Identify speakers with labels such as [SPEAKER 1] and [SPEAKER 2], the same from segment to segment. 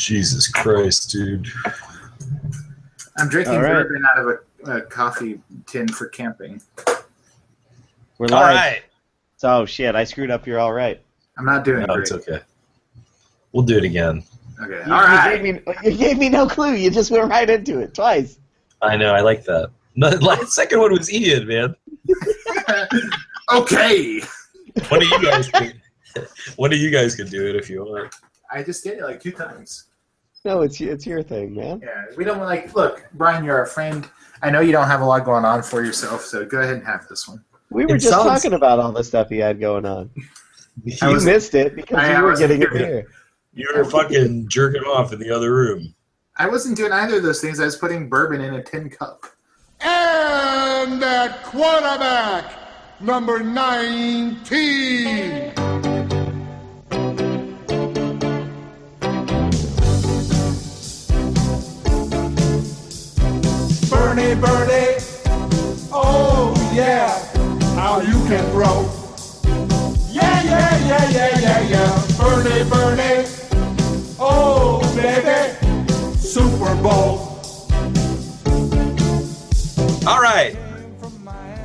[SPEAKER 1] Jesus Christ, dude.
[SPEAKER 2] I'm drinking
[SPEAKER 3] All right.
[SPEAKER 2] bourbon out of a, a coffee tin for camping.
[SPEAKER 3] We're
[SPEAKER 1] All
[SPEAKER 3] live.
[SPEAKER 1] right.
[SPEAKER 3] Oh shit! I screwed up. You're all right.
[SPEAKER 2] I'm not doing
[SPEAKER 1] No,
[SPEAKER 2] great.
[SPEAKER 1] it's okay. We'll do it again.
[SPEAKER 2] Okay.
[SPEAKER 3] You,
[SPEAKER 2] All
[SPEAKER 3] you
[SPEAKER 2] right.
[SPEAKER 3] gave me, you gave me no clue. You just went right into it twice.
[SPEAKER 1] I know. I like that. The last second one was Ian, man.
[SPEAKER 2] okay.
[SPEAKER 1] One of you guys. Can, one of you guys can do it if you want.
[SPEAKER 2] I just did it like two times.
[SPEAKER 3] No, it's it's your thing, man.
[SPEAKER 2] Yeah. We don't like. Look, Brian, you're our friend. I know you don't have a lot going on for yourself, so go ahead and have this one.
[SPEAKER 3] We were
[SPEAKER 1] It
[SPEAKER 3] just
[SPEAKER 1] sounds-
[SPEAKER 3] talking about all the stuff he had going on.
[SPEAKER 2] I
[SPEAKER 3] You
[SPEAKER 2] was-
[SPEAKER 3] missed it because
[SPEAKER 2] I-
[SPEAKER 3] you
[SPEAKER 2] I
[SPEAKER 3] were
[SPEAKER 2] was-
[SPEAKER 3] getting a beer.
[SPEAKER 1] You were fucking jerking off in the other room.
[SPEAKER 2] I wasn't doing either of those things. I was putting bourbon in a tin cup.
[SPEAKER 4] And at quarterback, number 19. Bernie, Bernie, oh yeah, how you can grow. Yeah, yeah, yeah, yeah, yeah, yeah. Bernie, Bernie, oh baby, Super Bowl.
[SPEAKER 1] All right.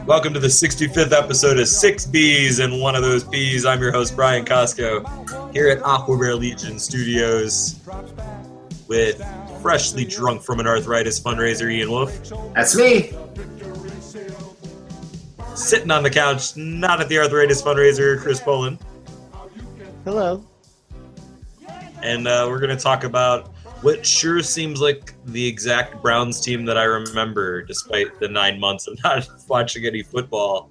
[SPEAKER 1] Welcome to the 65th episode of Six Bees and One of Those Bees. I'm your host, Brian Costco, here at Aquaware Legion Studios with freshly drunk from an arthritis fundraiser, Ian Wolf.
[SPEAKER 2] That's me.
[SPEAKER 1] Sitting on the couch, not at the arthritis fundraiser, Chris Poland.
[SPEAKER 3] Hello.
[SPEAKER 1] And uh, we're going to talk about what sure seems like the exact Browns team that I remember, despite the nine months of not watching any football,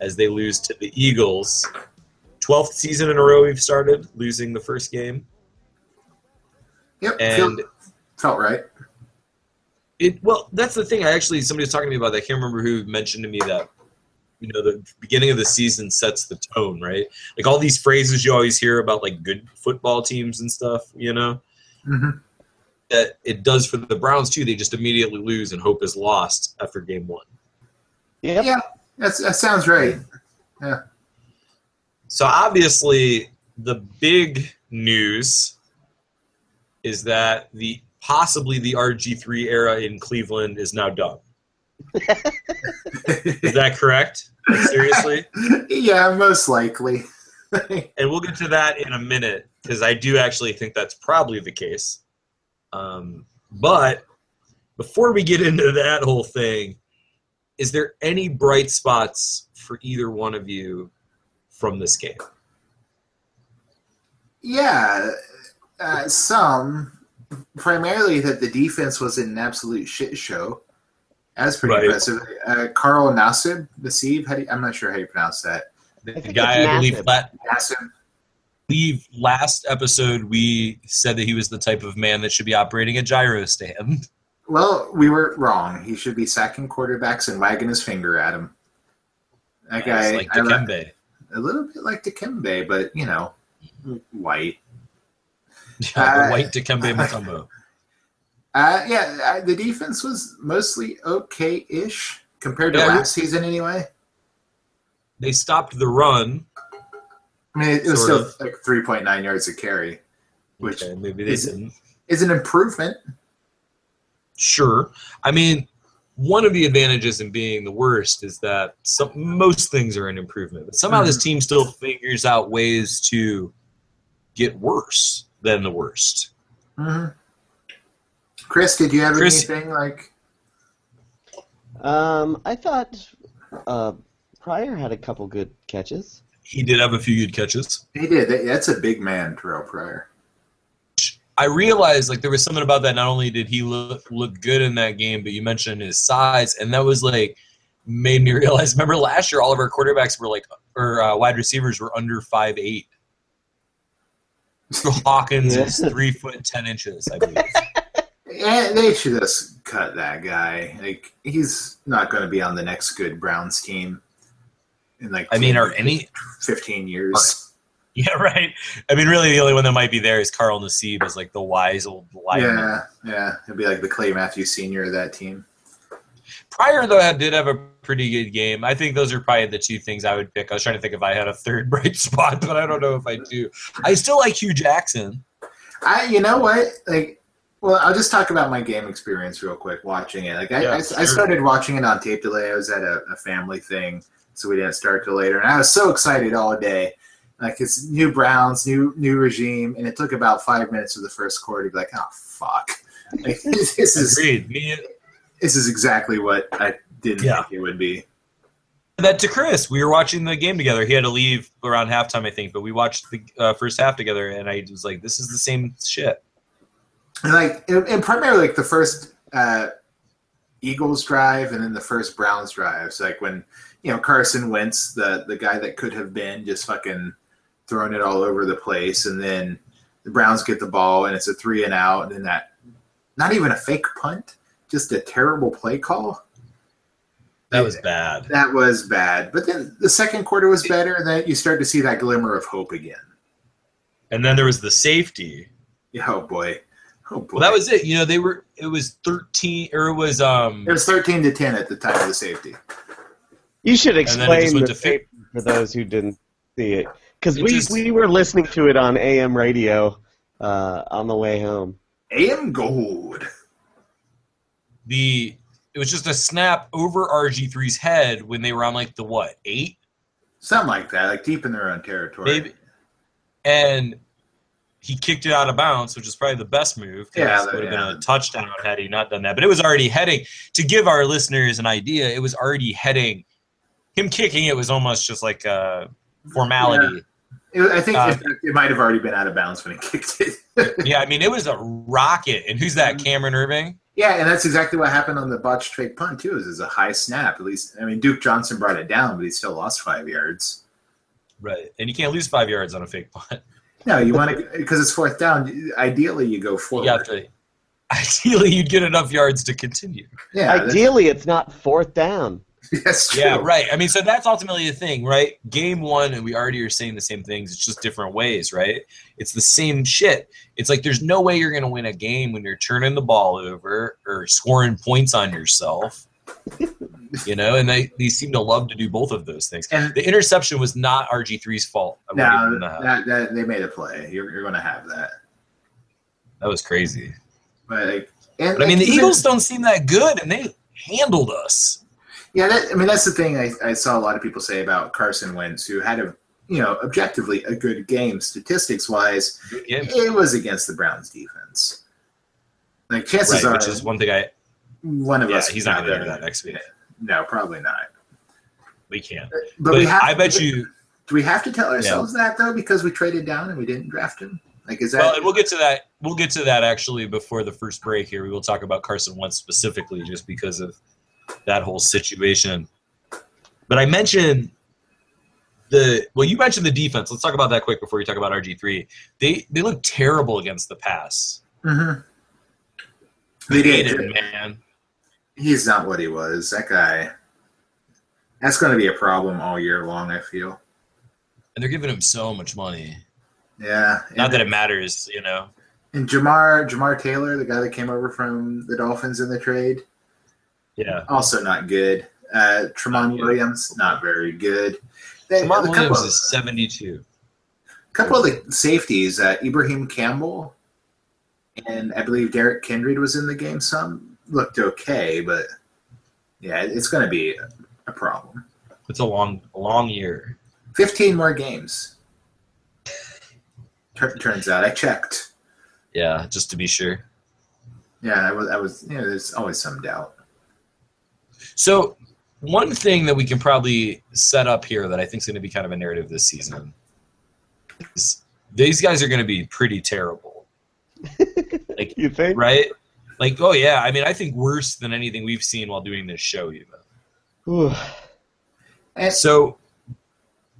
[SPEAKER 1] as they lose to the Eagles. 12th season in a row we've started losing the first game.
[SPEAKER 2] Yep.
[SPEAKER 1] And
[SPEAKER 2] feel- felt right.
[SPEAKER 1] It well, that's the thing. I actually somebody was talking to me about that. I can't remember who mentioned to me that you know the beginning of the season sets the tone, right? Like all these phrases you always hear about like good football teams and stuff, you know.
[SPEAKER 2] Mhm.
[SPEAKER 1] That it does for the Browns too. They just immediately lose and hope is lost after game one.
[SPEAKER 3] Yep.
[SPEAKER 2] Yeah. That's, that sounds right.
[SPEAKER 1] So obviously, the big news is that the possibly the RG3 era in Cleveland is now done. Is that correct? Like, seriously?
[SPEAKER 2] yeah, most likely.
[SPEAKER 1] and we'll get to that in a minute because I do actually think that's probably the case. Um, but before we get into that whole thing, is there any bright spots for either one of you from this game?
[SPEAKER 2] Yeah, uh, some. Primarily that the defense was an absolute shit show. That's pretty
[SPEAKER 1] Right.
[SPEAKER 2] impressive. Uh, Carl Nassib, Nassib, how do you, I'm not sure how you pronounce that.
[SPEAKER 3] I
[SPEAKER 1] The
[SPEAKER 3] think
[SPEAKER 1] guy
[SPEAKER 3] it's
[SPEAKER 1] I believe
[SPEAKER 3] massive.
[SPEAKER 1] la-
[SPEAKER 2] Nassib.
[SPEAKER 1] believe last episode we said that he was the type of man that should be operating a gyro stand.
[SPEAKER 2] Well, we were wrong. He should be sacking quarterbacks and wagging his finger at him. That guy,
[SPEAKER 1] It's like
[SPEAKER 2] I like-
[SPEAKER 1] Dikembe.
[SPEAKER 2] a little bit like Dikembe, but you know, white.
[SPEAKER 1] Yeah,
[SPEAKER 2] Uh,
[SPEAKER 1] the white Dikembe Mutombo.
[SPEAKER 2] Uh, yeah, uh, the defense was mostly okay-ish compared to
[SPEAKER 1] Yeah,
[SPEAKER 2] last season, anyway.
[SPEAKER 1] They stopped the run.
[SPEAKER 2] I mean, it, it was
[SPEAKER 1] Sort
[SPEAKER 2] still like three point nine yards a carry, which
[SPEAKER 1] Okay, maybe they
[SPEAKER 2] is-
[SPEAKER 1] didn't.
[SPEAKER 2] is an improvement.
[SPEAKER 1] Sure. I mean, one of the advantages in being the worst is that some, most things are an improvement, but somehow
[SPEAKER 2] Hmm.
[SPEAKER 1] this team still figures out ways to get worse than the worst.
[SPEAKER 2] hmm Chris, did you have
[SPEAKER 1] Chris-
[SPEAKER 2] anything like?
[SPEAKER 3] Um, I thought uh, Pryor had a couple good catches.
[SPEAKER 1] He did have a few good catches.
[SPEAKER 2] He did. That, that's a big man, Terrell Pryor.
[SPEAKER 1] I realized like there was something about that. Not only did he look look good in that game, but you mentioned his size, and that was like made me realize. Remember last year, all of our quarterbacks were like, or uh, wide receivers were under five eight. Hawkins is
[SPEAKER 3] Yeah.
[SPEAKER 1] three foot ten inches, I believe.
[SPEAKER 2] Yeah, they should just cut that guy. Like he's not going to be on the next good Browns team. In like,
[SPEAKER 1] I mean, are any?
[SPEAKER 2] fifteen years?
[SPEAKER 1] Yeah, right. I mean, really, the only one that might be there is Carl Nassib as like the wise old lineman.
[SPEAKER 2] Yeah, yeah. He'll be like the Clay Matthews Senior of that team.
[SPEAKER 1] Pryor though had- did have a pretty good game. I think those are probably the two things I would pick. I was trying to think if I had a third bright spot, but I don't know if I do. I still like Hugh Jackson.
[SPEAKER 2] I, you know what? Like, well, I'll just talk about my game experience real quick. Watching it, like, I,
[SPEAKER 1] Yeah,
[SPEAKER 2] I, I
[SPEAKER 1] sure.
[SPEAKER 2] started watching it on tape delay. I was at a, a family thing, so we didn't start till later. And I was so excited all day. Like, it's new Browns, new new regime, and it took about five minutes of the first quarter to be like, oh fuck, like, this is
[SPEAKER 1] Agreed. Me,
[SPEAKER 2] this is exactly what I didn't
[SPEAKER 1] Yeah.
[SPEAKER 2] think it would be.
[SPEAKER 1] that to Chris. We were watching the game together. He had to leave around halftime, I think, but we watched the uh, first half together, and I was like, "This is the same shit."
[SPEAKER 2] And like, and and primarily like the first uh, Eagles drive, and then the first Browns drives. Like when you know Carson Wentz, the the guy that could have been, just fucking throwing it all over the place, and then the Browns get the ball, and it's a three and out, and then that not even a fake punt, just a terrible play call.
[SPEAKER 1] That was bad.
[SPEAKER 2] That was bad. But then the second quarter was better, and then you start to see that glimmer of hope again.
[SPEAKER 1] And then there was the safety.
[SPEAKER 2] Yeah, Oh boy, oh boy.
[SPEAKER 1] Well, that was it. You know, they were. It was thirteen, or it was um.
[SPEAKER 2] it was thirteen to ten at the time of the safety.
[SPEAKER 5] You should
[SPEAKER 1] then it
[SPEAKER 5] explain
[SPEAKER 1] just went
[SPEAKER 5] the
[SPEAKER 1] to fi-
[SPEAKER 5] tape for those who didn't see it, because
[SPEAKER 1] It
[SPEAKER 5] we
[SPEAKER 1] just-
[SPEAKER 5] we were listening to it on AM radio uh, on the way home.
[SPEAKER 2] AM Gold.
[SPEAKER 1] the it was just a snap over RG3's head when they were on like the what eight
[SPEAKER 2] Something like that, like deep in their own territory.
[SPEAKER 1] maybe, and he kicked it out of bounds, which is probably the best move. 'cause
[SPEAKER 2] Yeah,
[SPEAKER 1] it would have
[SPEAKER 2] yeah.
[SPEAKER 1] been a touchdown had he not done that. But it was already heading to give our listeners an idea. It was already heading. Him kicking it was almost just like a formality.
[SPEAKER 2] It- I think
[SPEAKER 1] Uh,
[SPEAKER 2] in fact, it might have already been out of bounds when he kicked it.
[SPEAKER 1] Yeah. I mean it was a rocket. And who's
[SPEAKER 2] Mm-hmm.
[SPEAKER 1] that? Cameron Irving.
[SPEAKER 2] yeah, and that's exactly what happened on the botched fake punt too. Is is a high snap. At least I mean Duke Johnson brought it down, but he still lost five yards.
[SPEAKER 1] Right. And you can't lose five yards on a fake punt.
[SPEAKER 2] No, you want to because it's fourth down. Ideally, you go forward.
[SPEAKER 1] You have to. Ideally, you'd get enough yards to continue.
[SPEAKER 2] yeah, that's-
[SPEAKER 3] Ideally, it's not fourth down.
[SPEAKER 2] that's true.
[SPEAKER 1] Yeah, right. I mean, so that's ultimately the thing, right? Game one, and we already are saying the same things. It's just different ways, right? It's the same shit. It's like there's no way you're going to win a game when you're turning the ball over or scoring points on yourself. you know, and they, they seem to love to do both of those things.
[SPEAKER 2] And
[SPEAKER 1] The interception was not RG3's fault. I will
[SPEAKER 2] now
[SPEAKER 1] give him that.
[SPEAKER 2] that, that they made a play, you're, you're going to have that.
[SPEAKER 1] that was crazy.
[SPEAKER 2] But, like, and,
[SPEAKER 1] But I mean, the
[SPEAKER 2] even-
[SPEAKER 1] Eagles don't seem that good, and they handled us.
[SPEAKER 2] Yeah, that, I mean that's the thing I, I saw a lot of people say about Carson Wentz, who had a you know objectively a good game statistics wise.
[SPEAKER 1] Good game.
[SPEAKER 2] It was against the Browns defense. Like chances
[SPEAKER 1] Right,
[SPEAKER 2] are,
[SPEAKER 1] which is one thing I.
[SPEAKER 2] one of
[SPEAKER 1] Yeah,
[SPEAKER 2] us
[SPEAKER 1] he's
[SPEAKER 2] is
[SPEAKER 1] not going to do
[SPEAKER 2] there.
[SPEAKER 1] that next week.
[SPEAKER 2] No, probably not.
[SPEAKER 1] We can't.
[SPEAKER 2] But,
[SPEAKER 1] But,
[SPEAKER 2] we have.
[SPEAKER 1] I bet you.
[SPEAKER 2] Do we have to tell ourselves that though because we traded down and we didn't draft him? Like is that?
[SPEAKER 1] Well, and we'll get to that. We'll get to that actually before the first break here. We will talk about Carson Wentz specifically just because of that whole situation. But I mentioned the well, you mentioned the defense. Let's talk about that quick before we talk about RG three. They they look terrible against the pass.
[SPEAKER 2] Mhm. They
[SPEAKER 1] They
[SPEAKER 2] did.
[SPEAKER 1] did, man.
[SPEAKER 2] He's not what he was. That guy. That's going to be a problem all year long. I feel.
[SPEAKER 1] And they're giving him so much money.
[SPEAKER 2] Yeah.
[SPEAKER 1] Not
[SPEAKER 2] And-
[SPEAKER 1] that it matters, you know.
[SPEAKER 2] And Jamar Jamar Taylor, the guy that came over from the Dolphins in the trade,
[SPEAKER 1] Yeah.
[SPEAKER 2] also not good. Uh, Tremont Williams, not very good. They,
[SPEAKER 1] Mark
[SPEAKER 2] a couple,
[SPEAKER 1] Williams is seventy two.
[SPEAKER 2] couple of the safeties, uh, Ibrahim Campbell, and I believe Derek Kindred was in the game. Some looked okay, but yeah, it's going to be a problem.
[SPEAKER 1] It's a long long year.
[SPEAKER 2] Fifteen more games. Tur- turns out, I checked.
[SPEAKER 1] Yeah, just to be sure.
[SPEAKER 2] Yeah, I was. I was. You know, there's always some doubt.
[SPEAKER 1] So, one thing that we can probably set up here that I think is going to be kind of a narrative this season is these guys are going to be pretty terrible,
[SPEAKER 5] You think?
[SPEAKER 1] right? Like, oh yeah, I mean, I think worse than anything we've seen while doing this show, even.
[SPEAKER 3] Whew.
[SPEAKER 2] And,
[SPEAKER 1] So,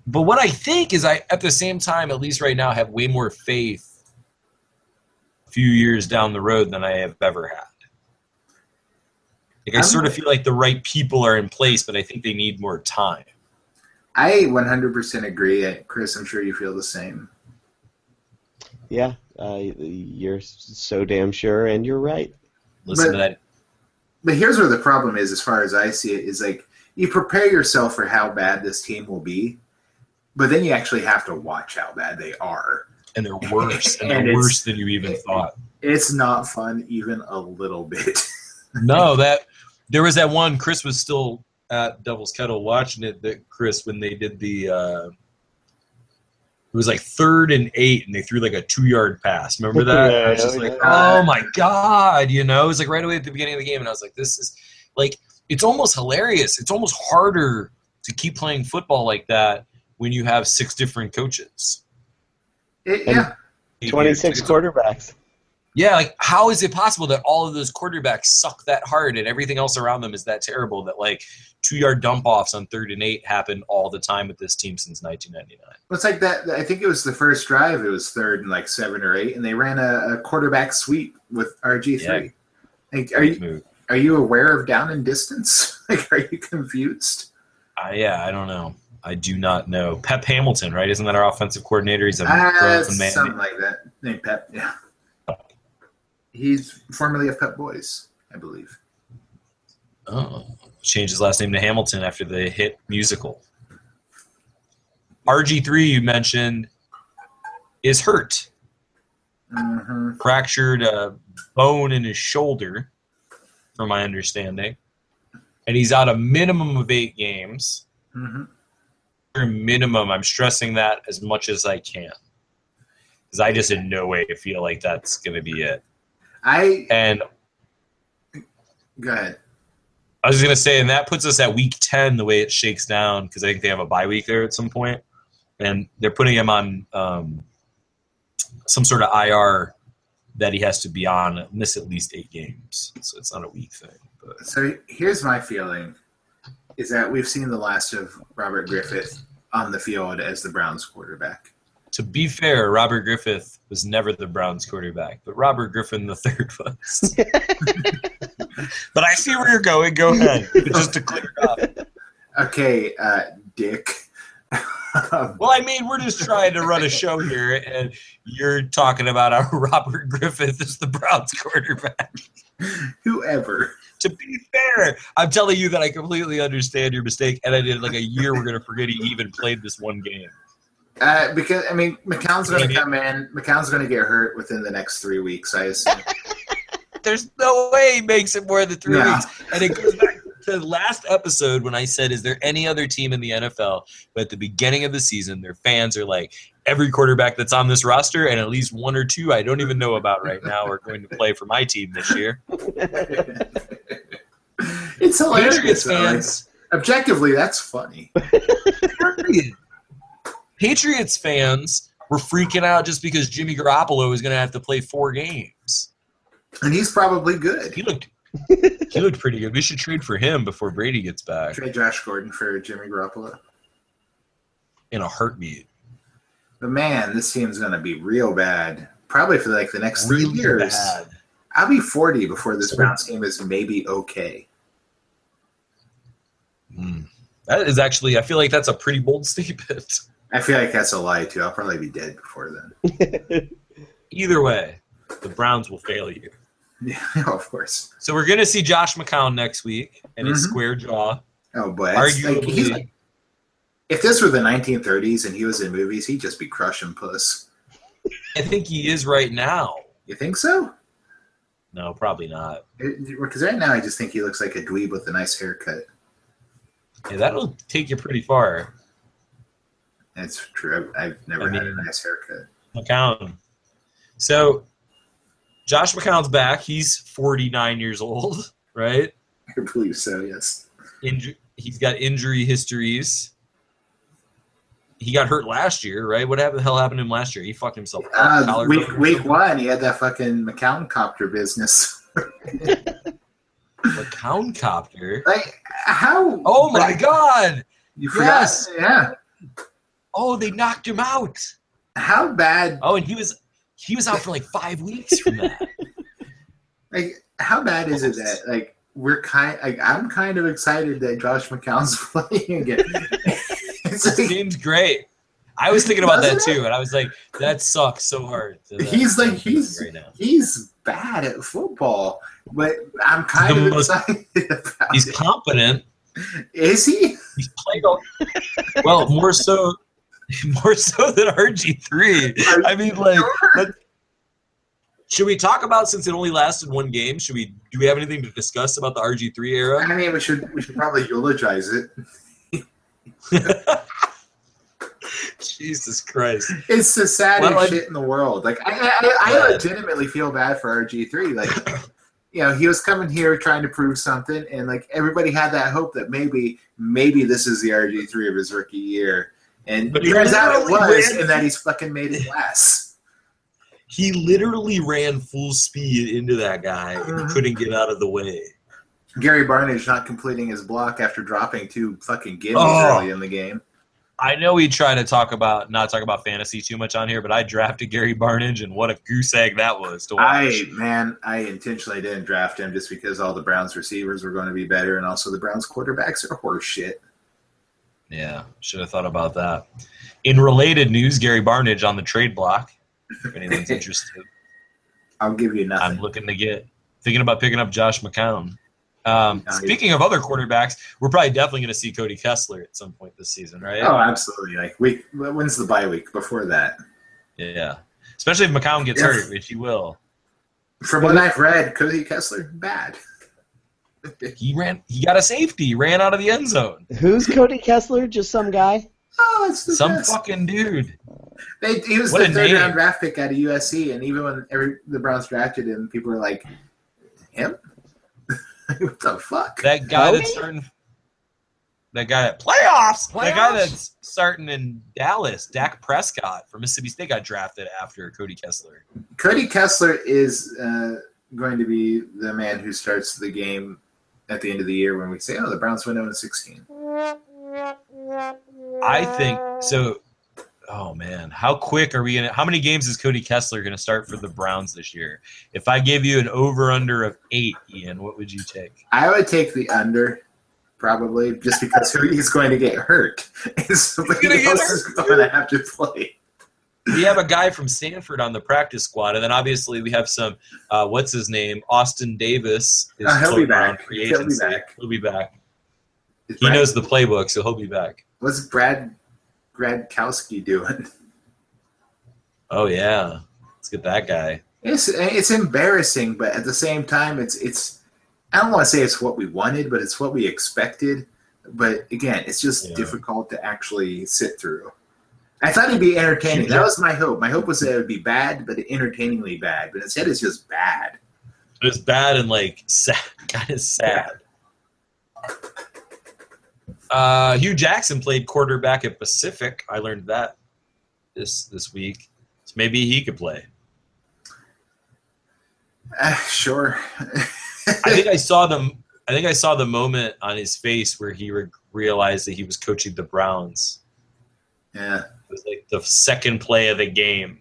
[SPEAKER 1] but what I think is, I at the same time, at least right now, have way more faith a few years down the road than I have ever had. Like, I
[SPEAKER 2] I'm-
[SPEAKER 1] sort of feel like the right people are in place, but I think they need more time.
[SPEAKER 2] I 100% agree. Uh, Chris, I'm sure you feel the same.
[SPEAKER 3] Yeah, uh, you're so damn sure, and you're right.
[SPEAKER 1] Listen
[SPEAKER 2] But-
[SPEAKER 1] to that
[SPEAKER 2] But here's where the problem is, as far as I see it, is like you prepare yourself for how bad this team will be, but then you actually have to watch how bad they are.
[SPEAKER 1] and they're worse, and
[SPEAKER 2] And
[SPEAKER 1] they're
[SPEAKER 2] it's-
[SPEAKER 1] worse than you even thought.
[SPEAKER 2] It's not fun even a little bit.
[SPEAKER 1] No, that there was that one. Chris was still at Devil's Kettle watching it. That Chris, when they did the, uh, it was like third and eight, and they threw like a two-yard pass. Remember that? I was
[SPEAKER 3] Yeah,
[SPEAKER 1] just like,
[SPEAKER 2] yeah.
[SPEAKER 1] oh my god, you know, it was like right away at the beginning of the game, and I was like, this is like it's almost hilarious. It's almost harder to keep playing football like that when you have six different coaches.
[SPEAKER 2] It- yeah,
[SPEAKER 3] Twenty-six quarterbacks.
[SPEAKER 1] Yeah, like how is it possible that all of those quarterbacks suck that hard and everything else around them is that terrible that like two yard dump offs on third and eight happen all the time with this team since 1999?
[SPEAKER 2] it's like that. I think it was the first drive. It was third and like seven or eight, and they ran a, a quarterback sweep with RG three. Like, are you
[SPEAKER 1] Move.
[SPEAKER 2] are you aware of down and distance? Like, are you confused?
[SPEAKER 1] Uh, yeah, I don't know. I do not know. Pep Hamilton, right? Isn't that our offensive coordinator? He's a
[SPEAKER 2] Uh,
[SPEAKER 1] grown man.
[SPEAKER 2] something like that. Named Pep. Yeah, he's formerly of Pep Boys, I believe.
[SPEAKER 1] Oh, changed his last name to Hamilton after the hit musical. RG3, you mentioned, is hurt.
[SPEAKER 2] hmm
[SPEAKER 1] fractured a bone in his shoulder, from my understanding, and he's out a minimum of eight games.
[SPEAKER 2] hmm
[SPEAKER 1] Minimum. I'm stressing that as much as I can, because I just in no way feel like that's going to be it.
[SPEAKER 2] I
[SPEAKER 1] And
[SPEAKER 2] go ahead.
[SPEAKER 1] I was going to say, and that puts us at week ten the way it shakes down, because I think they have a bye week there at some point, and they're putting him on um, some sort of IR that he has to be on miss at least eight games, so it's not a week thing. But
[SPEAKER 2] So here's my feeling is that we've seen the last of Robert Griffith on the field as the Browns quarterback.
[SPEAKER 1] To be fair, Robert Griffith was never the Browns quarterback, but Robert Griffin the third was. but I see where you're going. Go ahead. But just to clear up.
[SPEAKER 2] Okay, uh, Dick. um,
[SPEAKER 1] Well, I mean, we're just trying to run a show here, and you're talking about how Robert Griffith is the Browns quarterback.
[SPEAKER 2] whoever.
[SPEAKER 1] To be fair, I'm telling you that I completely understand your mistake, and I did like a year we're gonna forget he even played this one game.
[SPEAKER 2] Uh, because I mean, McCown's going to come in. McCown's going to get hurt within the next three weeks. I assume.
[SPEAKER 1] There's no way he makes it more than three
[SPEAKER 2] No.
[SPEAKER 1] weeks. And it goes back to the last episode when I said, Is there any other team in the NFL? But at the beginning of the season, their fans are like, Every quarterback that's on this roster, and at least one or two I don't even know about right now, are going to play for my team this year.
[SPEAKER 2] it's hilarious.
[SPEAKER 1] Patriots
[SPEAKER 2] though, like,
[SPEAKER 1] fans.
[SPEAKER 2] objectively, that's funny.
[SPEAKER 1] period. Patriots fans were freaking out just because Jimmy Garoppolo was going to have to play four games.
[SPEAKER 2] And he's probably good.
[SPEAKER 1] He looked. he looked pretty good. We should trade for him before Brady gets back
[SPEAKER 2] Trade Josh Gordon for Jimmy Garoppolo.
[SPEAKER 1] in a heartbeat.
[SPEAKER 2] But man, this team's going to be real bad. Probably for like the next three years. I'll be 40 before this Browns game is maybe okay.
[SPEAKER 1] Mm. That is actually, I feel like that's a pretty bold statement.
[SPEAKER 2] I feel like that's a lie, too. I'll probably be dead before then.
[SPEAKER 1] Either way, the Browns will fail you.
[SPEAKER 2] Yeah, of course.
[SPEAKER 1] So we're going to see Josh McCown next week and his
[SPEAKER 2] Mhm.
[SPEAKER 1] square jaw.
[SPEAKER 2] Oh, boy. that's- like,
[SPEAKER 1] Arguably-
[SPEAKER 2] he's like- if this were the 1930s and he was in movies, he'd just be crushing puss.
[SPEAKER 1] I think he is right now.
[SPEAKER 2] You think so?
[SPEAKER 1] No, probably not.
[SPEAKER 2] Because right now, I just think he looks like a dweeb with a nice haircut.
[SPEAKER 1] Yeah, that'll take you pretty far.
[SPEAKER 2] That's true. I've I've never
[SPEAKER 1] I
[SPEAKER 2] had a
[SPEAKER 1] mean-
[SPEAKER 2] nice haircut.
[SPEAKER 1] McCown. So Josh McCown's back. He's 49 years old, right?
[SPEAKER 2] I believe so, yes.
[SPEAKER 1] Inju- he's got injury histories. He got hurt last year, right? What happened? The hell happened to him last year? He fucked himself. up.
[SPEAKER 2] Uh,
[SPEAKER 1] Collarbone
[SPEAKER 2] week,
[SPEAKER 1] or
[SPEAKER 2] week
[SPEAKER 1] something?
[SPEAKER 2] one, he had that fucking McCown copter business.
[SPEAKER 1] McCown copter.
[SPEAKER 2] Like, how?
[SPEAKER 1] Oh my
[SPEAKER 2] like,
[SPEAKER 1] god!
[SPEAKER 2] You forgot?
[SPEAKER 1] Yes.
[SPEAKER 2] Yeah.
[SPEAKER 1] Oh, they knocked him out.
[SPEAKER 2] How bad?
[SPEAKER 1] Oh, and he was he was out for like five weeks from that.
[SPEAKER 2] Like, how bad is it that like we're kind? Like, I'm kind of excited that Josh McCown's playing again. it's like,
[SPEAKER 1] Seems great. I was thinking about that
[SPEAKER 2] Doesn't it?
[SPEAKER 1] too, and I was like, that sucks so hard. So that-
[SPEAKER 2] He's like- he's-
[SPEAKER 1] right now.
[SPEAKER 2] he's bad at football, but I'm kind
[SPEAKER 1] The
[SPEAKER 2] of
[SPEAKER 1] most-
[SPEAKER 2] excited about
[SPEAKER 1] He's
[SPEAKER 2] it.
[SPEAKER 1] competent.
[SPEAKER 2] Is he?
[SPEAKER 1] He's played all. Well, more so, more so than RG3. I mean, like, let- should we talk about since it only lasted one game? Should we do we have anything to discuss about the RG3 era?
[SPEAKER 2] I mean, we should we should probably eulogize it.
[SPEAKER 1] Jesus Christ!
[SPEAKER 2] It's the saddest
[SPEAKER 1] Well, I-
[SPEAKER 2] shit in the world. Like I, I, I, I legitimately feel bad for RG three. Like you know, he was coming here trying to prove something, and like everybody had that hope that maybe maybe this is the RG three of his rookie year, and
[SPEAKER 1] But he
[SPEAKER 2] turns out it
[SPEAKER 1] literally
[SPEAKER 2] was,
[SPEAKER 1] ran-
[SPEAKER 2] and that he's fucking made it last.
[SPEAKER 1] He literally ran full speed into that guy and
[SPEAKER 2] Mhm.
[SPEAKER 1] he couldn't get out of the way.
[SPEAKER 2] Gary Barnage not completing his block after dropping two fucking gimmies
[SPEAKER 1] Oh.
[SPEAKER 2] early in the game.
[SPEAKER 1] I know we try to talk about not talk about fantasy too much on here, but I drafted Gary Barnage, and what a goose egg that was to watch.
[SPEAKER 2] I man, I intentionally didn't draft him just because all the Browns receivers were going to be better, and also the Browns quarterbacks are horse shit.
[SPEAKER 1] Yeah, should have thought about that. In related news, Gary Barnage on the trade block. If anyone's interested,
[SPEAKER 2] I'll give you nothing.
[SPEAKER 1] I'm looking to get thinking about picking up Josh McCown. Um,
[SPEAKER 2] Nice.
[SPEAKER 1] speaking of other quarterbacks, we're probably definitely going to see Cody Kessler at some point this season, right?
[SPEAKER 2] Oh, absolutely. Like week. When's the bye week? Before that,
[SPEAKER 1] Yeah, especially if McCown gets
[SPEAKER 2] Yes.
[SPEAKER 1] hurt, which he will.
[SPEAKER 2] from what I've read, Cody Kessler bad.
[SPEAKER 1] He ran. He got a safety. He ran out of the end zone.
[SPEAKER 3] Who's Cody Kessler? Just some guy?
[SPEAKER 2] Oh, it's the
[SPEAKER 1] Some
[SPEAKER 2] best.
[SPEAKER 1] fucking dude.
[SPEAKER 2] They, he was
[SPEAKER 1] what
[SPEAKER 2] the
[SPEAKER 1] a
[SPEAKER 2] third
[SPEAKER 1] name.
[SPEAKER 2] round draft pick out of USC, and even when every the Browns drafted him, people were like, "Him? what the fuck?"
[SPEAKER 1] That guy
[SPEAKER 3] Cody?
[SPEAKER 1] that's starting. That guy that playoffs. That guy
[SPEAKER 3] Playoffs?
[SPEAKER 1] that's starting in Dallas, Dak Prescott from Mississippi State, got drafted after Cody Kessler.
[SPEAKER 2] Cody Kessler is uh, going to be the man who starts the game at the end of the year when we say, "Oh, the Browns went 0 16."
[SPEAKER 1] I think so. Oh man, how quick are we gonna? How many games is Cody Kessler gonna start for the Browns this year? If I gave you an over under of eight, Ian, what would you take?
[SPEAKER 2] I would take the under, probably, just because who he's going to get hurt. And somebody
[SPEAKER 1] He's gonna get
[SPEAKER 2] else is going to have to play.
[SPEAKER 1] We have a guy from Stanford on the practice squad, and then obviously we have some. Uh, what's his name? Austin Davis is
[SPEAKER 2] Uh, he'll be
[SPEAKER 1] floating around
[SPEAKER 2] back.
[SPEAKER 1] free
[SPEAKER 2] He'll be
[SPEAKER 1] agency.
[SPEAKER 2] back.
[SPEAKER 1] He'll be back.
[SPEAKER 2] Is
[SPEAKER 1] He
[SPEAKER 2] Brad-
[SPEAKER 1] knows the playbook, so he'll be back.
[SPEAKER 2] What's Brad Gradkowski doing?
[SPEAKER 1] Oh yeah, let's get that guy.
[SPEAKER 2] It's it's embarrassing, but at the same time, it's it's. I don't want to say it's what we wanted, but it's what we expected. But again, it's just
[SPEAKER 1] Yeah.
[SPEAKER 2] difficult to actually sit through. I thought it'd be entertaining. That was my hope. My hope was that it would be bad, but entertainingly bad. But instead, it's just bad.
[SPEAKER 1] But it's bad and like sad, kind of sad. Uh, Hugh Jackson played quarterback at Pacific. I learned that this this week. So maybe he could play.
[SPEAKER 2] Uh, sure.
[SPEAKER 1] I think I saw the I think I saw the moment on his face where he re- realized that he was coaching the Browns.
[SPEAKER 2] yeah.
[SPEAKER 1] It was like the second play of the game.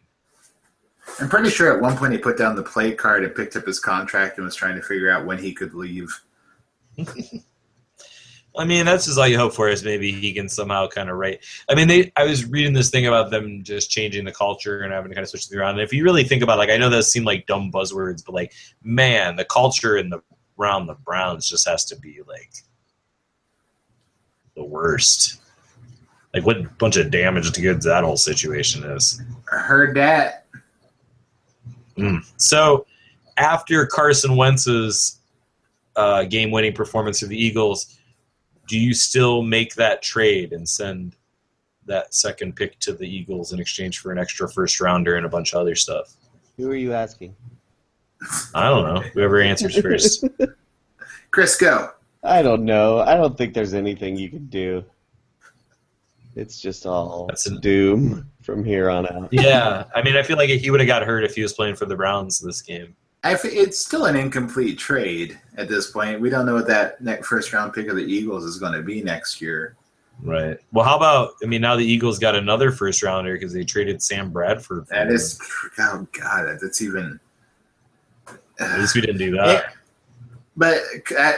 [SPEAKER 2] I'm pretty sure at one point he put down the play card and picked up his contract and was trying to figure out when he could leave.
[SPEAKER 1] I mean, that's just all you hope for is maybe he can somehow kind of right. I mean, they. I was reading this thing about them just changing the culture and having to kind of switch things around. And if you really think about, like, I know those seem like dumb buzzwords, but like, man, the culture in the around the Browns just has to be like the worst. Like, what bunch of damage to goods that whole situation is.
[SPEAKER 2] I heard that.
[SPEAKER 1] Mm. So after Carson Wentz's uh, game-winning performance for the Eagles, do you still make that trade and send that second pick to the Eagles in exchange for an extra first rounder and a bunch of other stuff?
[SPEAKER 3] Who are you asking?
[SPEAKER 1] I don't know. Whoever answers first.
[SPEAKER 2] Chris, go.
[SPEAKER 3] I don't know. I don't think there's anything you can do. It's just all
[SPEAKER 1] That's an-
[SPEAKER 3] doom from here on out.
[SPEAKER 1] yeah, I mean, I feel like he would have got hurt if he was playing for the Browns this game.
[SPEAKER 2] I f it's still an incomplete trade at this point. We don't know what that next first round pick of the Eagles is going to be next year.
[SPEAKER 1] Right. Well, how about? I mean, now the Eagles got another first rounder because they traded Sam Bradford. for
[SPEAKER 2] That
[SPEAKER 1] him.
[SPEAKER 2] is, oh god, that's even.
[SPEAKER 1] At least we didn't do that.
[SPEAKER 2] But uh, I, I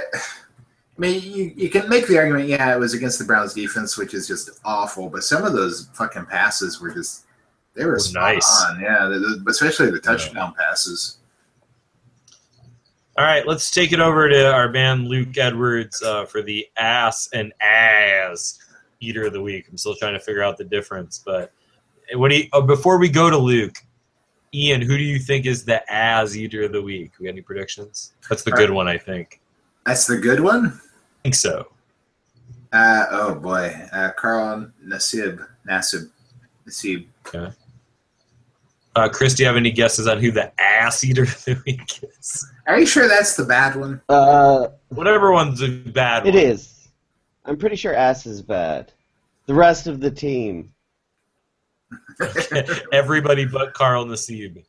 [SPEAKER 2] mean, you, you can make the argument, yeah, it was against the Browns defense, which is just awful. But some of those fucking passes were just they were
[SPEAKER 1] Were
[SPEAKER 2] spot
[SPEAKER 1] nice.
[SPEAKER 2] on, yeah. the- the- especially the touchdown passes.
[SPEAKER 1] All right, let's take it over to our man Luke Edwards uh, for the ass and ass eater of the week. I'm still trying to figure out the difference. But what do you, oh, before we go to Luke, Ian, who do you think is the as eater of the week? We got any predictions? That's the
[SPEAKER 2] All
[SPEAKER 1] good
[SPEAKER 2] right.
[SPEAKER 1] one, I think.
[SPEAKER 2] That's the good one.
[SPEAKER 1] I think so.
[SPEAKER 2] Uh, oh boy, uh, Carl Nasib, Nasib, Nasib.
[SPEAKER 1] Uh, Chris, do you have any guesses on who the ass eater of the week is?
[SPEAKER 2] Are you sure that's the bad one?
[SPEAKER 3] Uh,
[SPEAKER 1] Whatever one's a bad
[SPEAKER 3] it
[SPEAKER 1] one.
[SPEAKER 3] is. I'm pretty sure ass is bad. The rest of the team.
[SPEAKER 1] Everybody but Carl Nassib.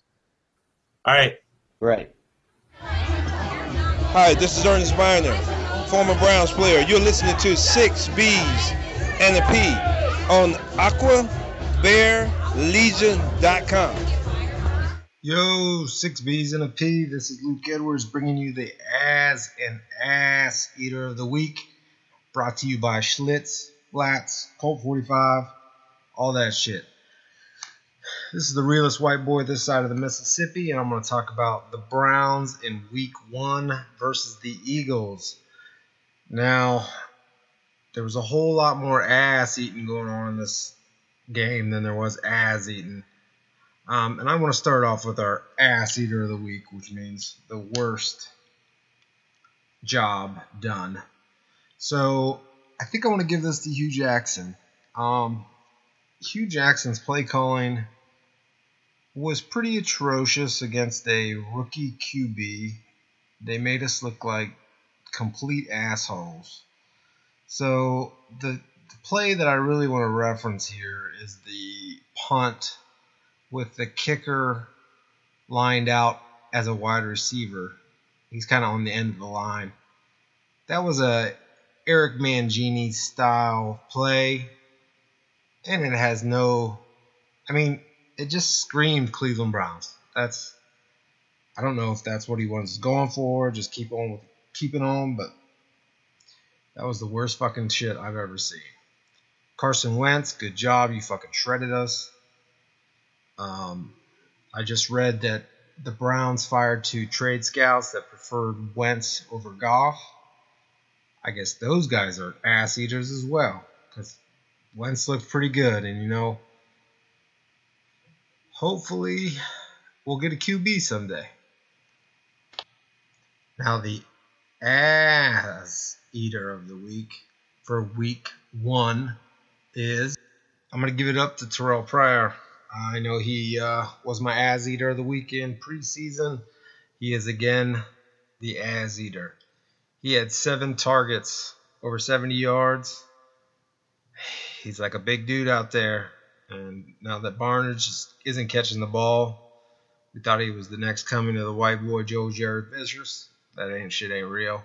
[SPEAKER 1] All right.
[SPEAKER 3] Right.
[SPEAKER 6] Hi, this is Ernest Biner, former Browns player. You're listening to Six B's and a P on AquaBearLegion.com.
[SPEAKER 7] Yo, six B's and a P. This is Luke Edwards bringing you the As and Ass Eater of the Week, brought to you by Schlitz, Flats, Colt 45, all that shit. This is the realest white boy this side of the Mississippi, and I'm going to talk about the Browns in Week One versus the Eagles. Now, there was a whole lot more ass eating going on in this game than there was ass eating. Um, and I want to start off with our ass eater of the week, which means the worst job done. So I think I want to give this to Hugh Jackson. Um, Hugh Jackson's play calling was pretty atrocious against a rookie QB. They made us look like complete assholes. So the, the play that I really want to reference here is the punt with the kicker lined out as a wide receiver. He's kind of on the end of the line. That was a Eric Mangini style play, and it has no. I mean, it just screamed Cleveland Browns. That's. I don't know if that's what he was going for. Just keep on with keeping on, but that was the worst fucking shit I've ever seen. Carson Wentz, good job. You fucking shredded us. Um, I just read that the Browns fired two trade scouts that preferred Wentz over Goff. I guess those guys are ass eaters as well, because Wentz looked pretty good, and you know, hopefully we'll get a QB someday. Now the ass eater of the week for week one is I'm gonna give it up to Terrell Pryor. I know he uh, was my ass eater of the weekend preseason. He is again the ass eater. He had seven targets over 70 yards. He's like a big dude out there. And now that Barnage just isn't catching the ball, we thought he was the next coming of the white boy Joe Jared Vicious. That ain't shit ain't real.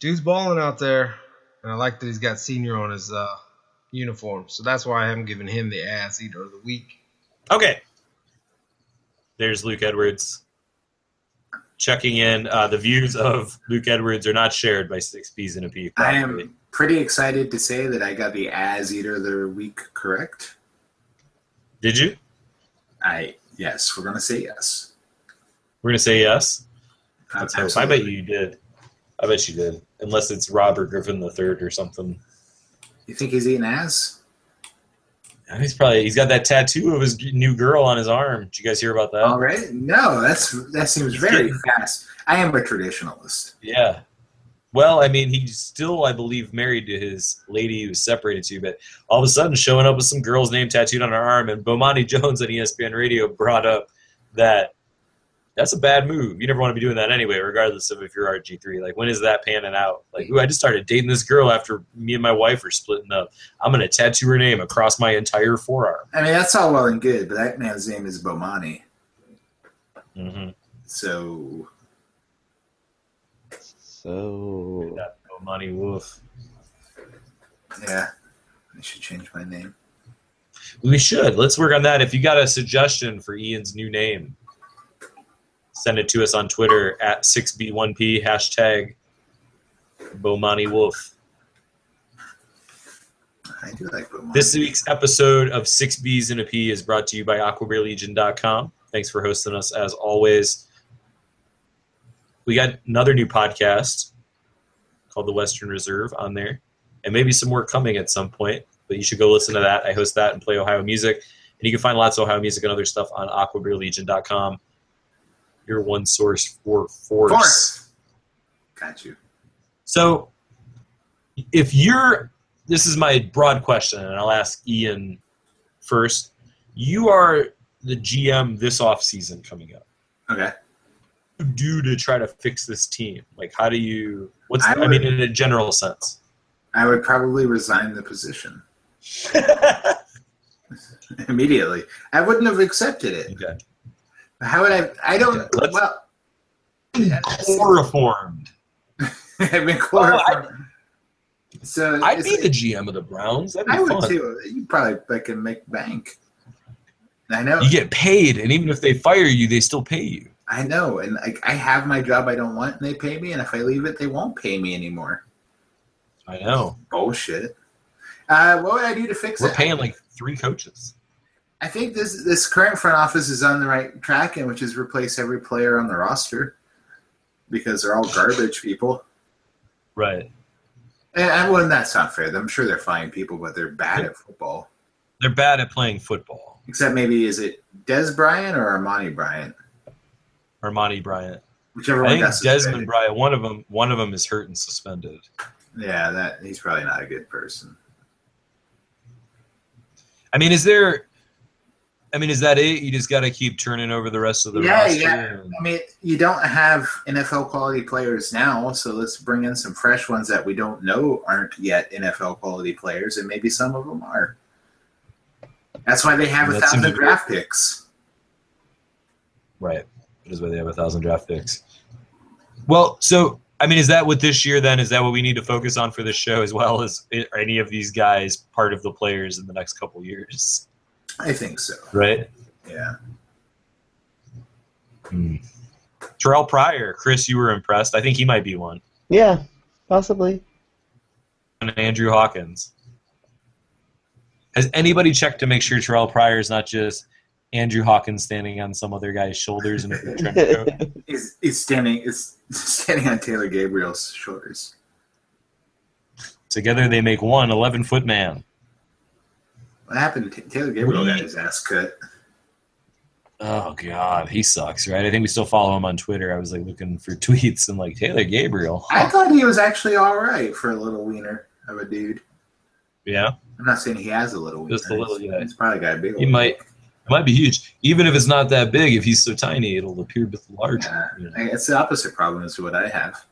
[SPEAKER 7] Dude's balling out there. And I like that he's got senior on his uh, uniform. So that's why I haven't given him the ass eater of the week.
[SPEAKER 1] Okay. There's Luke Edwards. Checking in. Uh, the views of Luke Edwards are not shared by six P's and a P.
[SPEAKER 2] I
[SPEAKER 1] probably.
[SPEAKER 2] am pretty excited to say that I got the as eater of the week correct.
[SPEAKER 1] Did you?
[SPEAKER 2] I yes, we're gonna say yes. Uh,
[SPEAKER 1] We're gonna say yes. Let's hope. I bet
[SPEAKER 2] Absolutely.
[SPEAKER 1] you did. I bet you did. Unless it's Robert Griffin the third or something.
[SPEAKER 2] You think he's eating ass?
[SPEAKER 1] He's probably he's got that tattoo of his new girl on his arm. Did you guys hear about that?
[SPEAKER 2] All right. No, that's that seems very
[SPEAKER 1] getting-
[SPEAKER 2] fast. I am a traditionalist.
[SPEAKER 1] Yeah. Well, I mean, he's still, I believe, married to his lady he was separated to, but all of a sudden showing up with some girl's name tattooed on her arm. And Bomani Jones on E ESPN Radio brought up that that's a bad move. You never want to be doing that anyway, regardless of if you're RG3. Like, when is that panning out? Like, ooh, I just started dating this girl after me and my wife are splitting up. I'm going to tattoo her name across my entire forearm.
[SPEAKER 2] I mean, that's all well and good, but that man's name is Bomani.
[SPEAKER 1] Mm-hmm.
[SPEAKER 2] So
[SPEAKER 3] So
[SPEAKER 1] Bomani Wolf.
[SPEAKER 2] yeah, I should change my name.
[SPEAKER 1] We should. Let's work on that. If you got a suggestion for Ian's new name, send it to us on Twitter at 6B1P, hashtag Bomani Wolf.
[SPEAKER 2] I do like Bomani.
[SPEAKER 1] This week's episode of 6Bs and a P is brought to you by AquabearLegion.com. Thanks for hosting us as always. We got another new podcast called The Western Reserve on there. and maybe some more coming at some point. But you should go listen to that. I host that and play Ohio music. And you can find lots of Ohio music and other stuff on aquabeerlegion.com. Your one source for force.
[SPEAKER 2] Force. Got you.
[SPEAKER 1] So, if you're, this is my broad question, and I'll ask Ian first. You are the GM this off season coming up.
[SPEAKER 2] Okay.
[SPEAKER 1] What do you do to try to fix this team? Like, how do you? What's
[SPEAKER 2] I
[SPEAKER 1] I mean,
[SPEAKER 2] would-
[SPEAKER 1] in a general sense.
[SPEAKER 2] I would probably resign the position
[SPEAKER 1] okay.
[SPEAKER 2] immediately. I wouldn't have accepted it. How would I? I don't.
[SPEAKER 1] Let's-
[SPEAKER 2] Well,
[SPEAKER 1] Chloroformed.
[SPEAKER 2] I've been
[SPEAKER 1] Well, I-
[SPEAKER 2] chloroformed. so
[SPEAKER 1] Oh, I'd
[SPEAKER 2] it's
[SPEAKER 1] be the GM of the Browns. That'd be
[SPEAKER 2] I would
[SPEAKER 1] fun.
[SPEAKER 2] too. You probably fucking make bank. I know.
[SPEAKER 1] You get paid, and even if they fire you, they still pay you.
[SPEAKER 2] I know. And like, I have my job I don't want, and they pay me. And if I leave it, they won't pay me anymore.
[SPEAKER 1] I know.
[SPEAKER 2] Bullshit. Uh, what would I do to fix
[SPEAKER 1] We're
[SPEAKER 2] it?
[SPEAKER 1] paying like three coaches.
[SPEAKER 2] I think this this current front office is on the right track, and which is replace every player on the roster because they're all garbage people.
[SPEAKER 1] Right.
[SPEAKER 2] And, and well, that's not fair. I'm sure they're fine people, but they're bad at football.
[SPEAKER 1] They're bad at playing football.
[SPEAKER 2] Except maybe is it Des Bryant or Armani Bryant?
[SPEAKER 1] Armani Bryant.
[SPEAKER 2] Whichever
[SPEAKER 1] I
[SPEAKER 2] one
[SPEAKER 1] think
[SPEAKER 2] got
[SPEAKER 1] Desmond
[SPEAKER 2] suspended.
[SPEAKER 1] Bryant. One of them. One of them is hurt and suspended.
[SPEAKER 2] Yeah, that he's probably not a good person.
[SPEAKER 1] I mean, is there? I mean, is that it? You just got to keep turning over the rest of the
[SPEAKER 2] Yeah,
[SPEAKER 1] roster.
[SPEAKER 2] yeah.
[SPEAKER 1] and-
[SPEAKER 2] I mean, you don't have NFL quality players now, so let's bring in some fresh ones that we don't know aren't yet NFL quality players, and maybe some of them are. That's why they have a
[SPEAKER 1] That seems
[SPEAKER 2] thousand
[SPEAKER 1] to be-
[SPEAKER 2] draft picks.
[SPEAKER 1] Right. That is why they have a thousand draft picks. Well, so I mean, is that what this year then? Is that what we need to focus on for this show as well as are any of these guys part of the players in the next couple years?
[SPEAKER 2] I think so.
[SPEAKER 1] Right.
[SPEAKER 2] Yeah. Hmm.
[SPEAKER 1] Terrell Pryor, Chris, you were impressed. I think he might be one.
[SPEAKER 3] Yeah, possibly.
[SPEAKER 1] And Andrew Hawkins. Has anybody checked to make sure Terrell Pryor is not just Andrew Hawkins standing on some other guy's shoulders in a blue trench coat?
[SPEAKER 2] Is is standing is standing on Taylor Gabriel's shoulders.
[SPEAKER 1] Together they make one 11 foot man.
[SPEAKER 2] What happened? to Taylor Gabriel got his ass cut.
[SPEAKER 1] Oh God, he sucks, right? I think we still follow him on Twitter. I was like looking for tweets and like Taylor Gabriel.
[SPEAKER 2] I thought he was actually all right for a little wiener of a dude.
[SPEAKER 1] Yeah,
[SPEAKER 2] I'm not saying he has a little wiener.
[SPEAKER 1] Just a little, yeah.
[SPEAKER 2] He's probably got a big.
[SPEAKER 1] he
[SPEAKER 2] one.
[SPEAKER 1] might it might be huge. Even if it's not that big, if he's so tiny, it'll appear a bit
[SPEAKER 2] Yeah.
[SPEAKER 1] larger. You know,
[SPEAKER 2] I- It's the opposite problem is what I have.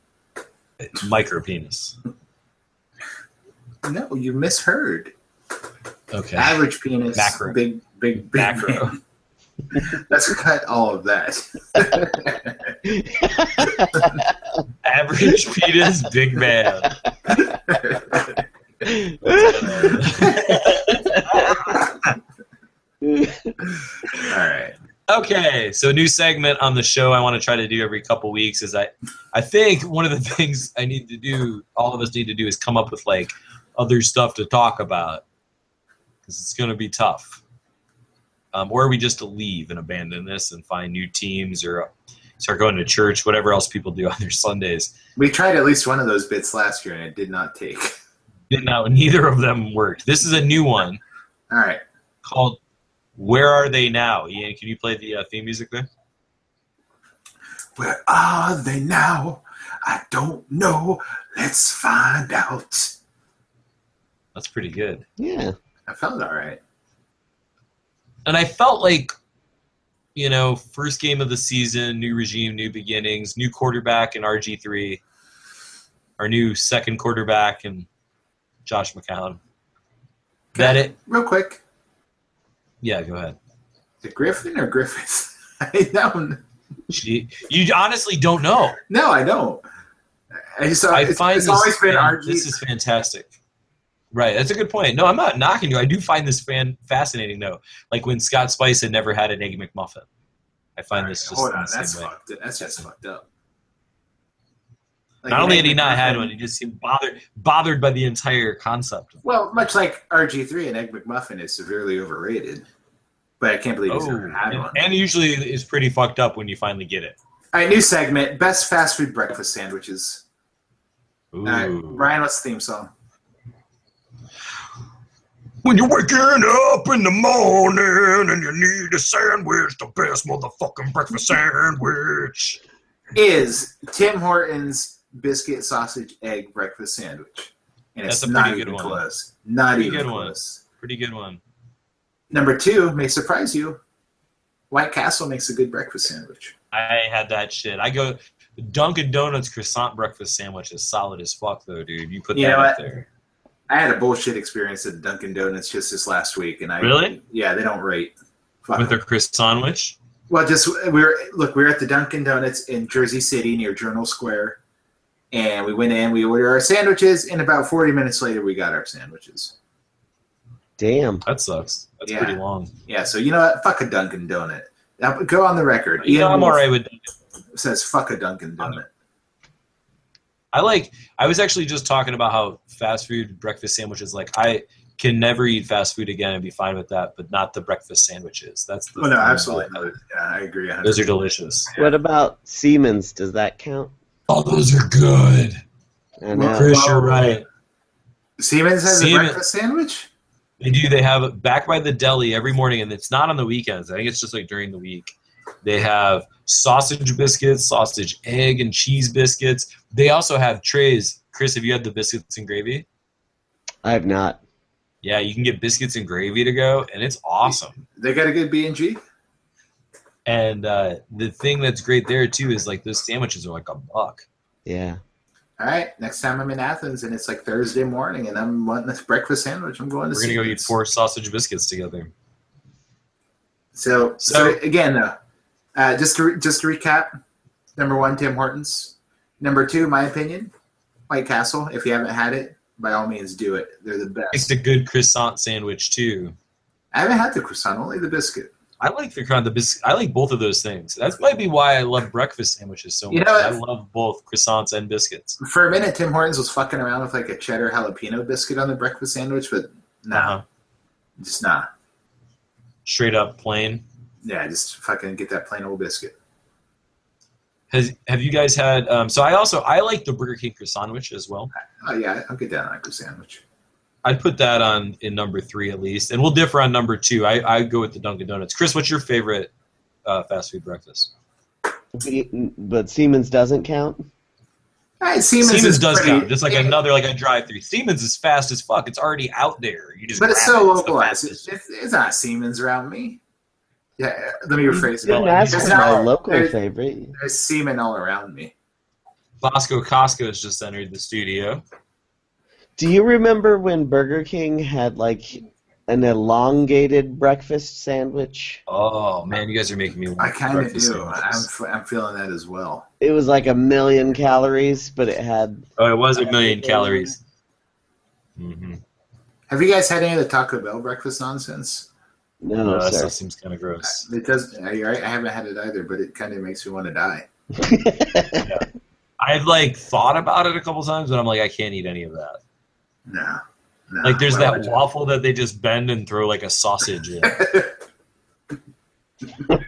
[SPEAKER 1] micro penis.
[SPEAKER 2] No, you misheard.
[SPEAKER 1] Okay.
[SPEAKER 2] Average penis,
[SPEAKER 1] Macro.
[SPEAKER 2] big, big, big
[SPEAKER 1] Macro.
[SPEAKER 2] man. Let's cut all of that.
[SPEAKER 1] Average penis, big man.
[SPEAKER 2] all right.
[SPEAKER 1] Okay, so a new segment on the show I want to try to do every couple weeks is I I think one of the things I need to do, all of us need to do is come up with like other stuff to talk about cuz it's going to be tough. Um, or we just to leave and abandon this and find new teams or start going to church, whatever else people do on their Sundays.
[SPEAKER 2] We tried at least one of those bits last year and it did not take.
[SPEAKER 1] Didn't know neither of them worked. This is a new one
[SPEAKER 2] All right.
[SPEAKER 1] called "Where Are They Now?" Ian, can you play the uh, theme music there?
[SPEAKER 2] Where are they now? I don't know. Let's find out.
[SPEAKER 1] That's pretty good.
[SPEAKER 3] yeah.
[SPEAKER 2] I felt all right.
[SPEAKER 1] and I felt like, you know, first game of the season, new regime, new beginnings, new quarterback in RG three, our new second quarterback and Josh McCown. That it?
[SPEAKER 2] Real quick,
[SPEAKER 1] Yeah, go ahead.
[SPEAKER 2] the Griffin or Griffith? I don't.
[SPEAKER 1] She, you honestly don't know.
[SPEAKER 2] No, I don't. I just
[SPEAKER 1] I
[SPEAKER 2] Uh, it's,
[SPEAKER 1] find
[SPEAKER 2] it's
[SPEAKER 1] this,
[SPEAKER 2] always been
[SPEAKER 1] fan-
[SPEAKER 2] RG.
[SPEAKER 1] this is fantastic. Right, that's a good point. No, I'm not knocking you. I do find this fan fascinating though. Like when Scott Spice had never had an egg McMuffin. I find this just
[SPEAKER 2] Hold
[SPEAKER 1] in
[SPEAKER 2] on,
[SPEAKER 1] the same
[SPEAKER 2] that's
[SPEAKER 1] way.
[SPEAKER 2] fucked. That's just fucked up. Like,
[SPEAKER 1] not only
[SPEAKER 2] you
[SPEAKER 1] had he not had
[SPEAKER 2] McMuffin-
[SPEAKER 1] one, he just seemed bothered bothered by the entire concept.
[SPEAKER 2] Well, much like RG3, an Egg McMuffin is severely overrated. But I can't believe he's
[SPEAKER 1] Oh,
[SPEAKER 2] never had
[SPEAKER 1] and,
[SPEAKER 2] one.
[SPEAKER 1] and usually is pretty fucked up when you finally get it.
[SPEAKER 2] All right, new segment: best fast food breakfast sandwiches.
[SPEAKER 1] Ooh.
[SPEAKER 2] All right, Ryan, what's the theme song?
[SPEAKER 1] When you're waking up in the morning and you need a sandwich, the best motherfucking breakfast sandwich.
[SPEAKER 2] Is Tim Hortons biscuit sausage egg breakfast sandwich, and
[SPEAKER 1] That's
[SPEAKER 2] it's
[SPEAKER 1] a pretty
[SPEAKER 2] not
[SPEAKER 1] good
[SPEAKER 2] even
[SPEAKER 1] one.
[SPEAKER 2] close. Not
[SPEAKER 1] Pretty
[SPEAKER 2] even
[SPEAKER 1] good one.
[SPEAKER 2] close.
[SPEAKER 1] Pretty good one.
[SPEAKER 2] Number two may surprise you. White Castle makes a good breakfast sandwich.
[SPEAKER 1] I had that shit. I go Dunkin' Donuts croissant breakfast sandwich is solid as fuck though, dude. You put
[SPEAKER 2] You
[SPEAKER 1] that
[SPEAKER 2] know
[SPEAKER 1] up
[SPEAKER 2] what?
[SPEAKER 1] there.
[SPEAKER 2] I had a bullshit experience at Dunkin' Donuts just this last week, and I
[SPEAKER 1] Really?
[SPEAKER 2] yeah they don't rate. Fuck
[SPEAKER 1] With
[SPEAKER 2] 'em.
[SPEAKER 1] their croissant sandwich.
[SPEAKER 2] Well, just we were look, we were at the Dunkin' Donuts in Jersey City near Journal Square, and we went in, we ordered our sandwiches, and about forty minutes later, we got our sandwiches.
[SPEAKER 3] Damn.
[SPEAKER 1] That sucks. That's
[SPEAKER 2] Yeah.
[SPEAKER 1] pretty long.
[SPEAKER 2] Yeah, so you know what? Fuck a Dunkin' Donut. Now, go on the record.
[SPEAKER 1] You know, I'm
[SPEAKER 2] Wolf
[SPEAKER 1] alright with that.
[SPEAKER 2] Says fuck a Dunkin' Donut.
[SPEAKER 1] I like I was actually just talking about how fast food breakfast sandwiches like I can never eat fast food again and be fine with that, but not the breakfast sandwiches. That's the
[SPEAKER 2] Oh no,
[SPEAKER 1] thing.
[SPEAKER 2] absolutely not. Yeah, I agree. a hundred
[SPEAKER 1] Those are delicious.
[SPEAKER 3] What about Siemens? Does that count?
[SPEAKER 1] Oh, those are good.
[SPEAKER 3] I
[SPEAKER 2] Well,
[SPEAKER 3] know.
[SPEAKER 1] Chris, you're right.
[SPEAKER 2] Siemens has
[SPEAKER 1] Siemens-
[SPEAKER 2] a breakfast sandwich.
[SPEAKER 1] They do. They have it back by the deli every morning, and it's not on the weekends. I think it's just like during the week. They have sausage biscuits, sausage egg and cheese biscuits. They also have trays. Chris, have you had the biscuits and gravy?
[SPEAKER 3] I have not.
[SPEAKER 1] Yeah, you can get biscuits and gravy to go, and it's awesome.
[SPEAKER 2] They got a good B and G.
[SPEAKER 1] And uh, the thing that's great there too is like those sandwiches are like a buck.
[SPEAKER 3] Yeah.
[SPEAKER 2] All right, next time I'm in Athens and it's like Thursday morning and I'm wanting this breakfast sandwich, I'm going to.
[SPEAKER 1] We're gonna go eat
[SPEAKER 2] Siemens.
[SPEAKER 1] four sausage biscuits together.
[SPEAKER 2] So,
[SPEAKER 1] So-
[SPEAKER 2] so, again, though, uh, just to re- just to recap, number one, Tim Hortons. Number two, my opinion, White Castle. If you haven't had it, by all means, do it. They're the
[SPEAKER 1] It's
[SPEAKER 2] best.
[SPEAKER 1] a good croissant sandwich too.
[SPEAKER 2] I haven't had the croissant, only the biscuit.
[SPEAKER 1] I like the croissant. The bis- I like both of those things. That might be why I love breakfast sandwiches so
[SPEAKER 2] You
[SPEAKER 1] much.
[SPEAKER 2] know,
[SPEAKER 1] I love both croissants and biscuits.
[SPEAKER 2] For a minute, Tim Hortons was fucking around with like a cheddar jalapeno biscuit on the breakfast sandwich, but no,
[SPEAKER 1] Uh-huh.
[SPEAKER 2] just nah.
[SPEAKER 1] Straight up plain.
[SPEAKER 2] Yeah, just fucking get that plain old biscuit.
[SPEAKER 1] Has have you guys had? Um, so I also I like the Burger King croissant sandwich as well.
[SPEAKER 2] Oh yeah, I'll get down on a croissant sandwich.
[SPEAKER 1] I'd put that on in number three at least, and we'll differ on number two. I I go with the Dunkin' Donuts. Chris, what's your favorite uh, fast food breakfast?
[SPEAKER 3] But Siemens doesn't count?
[SPEAKER 2] All right, Siemens,
[SPEAKER 1] Siemens,
[SPEAKER 2] is
[SPEAKER 1] does
[SPEAKER 2] pretty-
[SPEAKER 1] count. Just like
[SPEAKER 2] it-
[SPEAKER 1] another like a drive through. Siemens is fast as fuck. It's already out there. You just
[SPEAKER 2] but it's
[SPEAKER 1] grab
[SPEAKER 2] so
[SPEAKER 1] it. the
[SPEAKER 2] localized.
[SPEAKER 1] fastest.
[SPEAKER 2] It's, it's, it's not Siemens around me. Yeah, let me rephrase
[SPEAKER 3] Didn't
[SPEAKER 2] that.
[SPEAKER 3] ask
[SPEAKER 2] It's
[SPEAKER 3] for
[SPEAKER 2] not-
[SPEAKER 3] my local
[SPEAKER 2] there's,
[SPEAKER 3] favorite.
[SPEAKER 2] there's semen all around me.
[SPEAKER 1] Bosco Costco has just entered the studio.
[SPEAKER 3] Do you remember when Burger King had like an elongated breakfast sandwich?
[SPEAKER 1] Oh man, you guys are making me. want
[SPEAKER 2] I kind of
[SPEAKER 1] breakfast
[SPEAKER 2] do. I'm,
[SPEAKER 1] sandwiches.
[SPEAKER 2] f- I'm feeling that as well.
[SPEAKER 3] It was like a million calories, but it had
[SPEAKER 1] oh, it was a million calories. Mm-hmm.
[SPEAKER 2] Have you guys had any of the Taco Bell breakfast nonsense?
[SPEAKER 3] no,
[SPEAKER 1] that
[SPEAKER 3] Oh, sir.
[SPEAKER 1] stuff seems kind of gross.
[SPEAKER 2] It does. I, I haven't had it either, but it kind of makes me want to die.
[SPEAKER 1] I've like thought about it a couple times, but I'm like, I can't eat any of that.
[SPEAKER 2] No, no.
[SPEAKER 1] Like, there's
[SPEAKER 2] Why
[SPEAKER 1] that
[SPEAKER 2] would you?
[SPEAKER 1] waffle that they just bend and throw like a sausage in.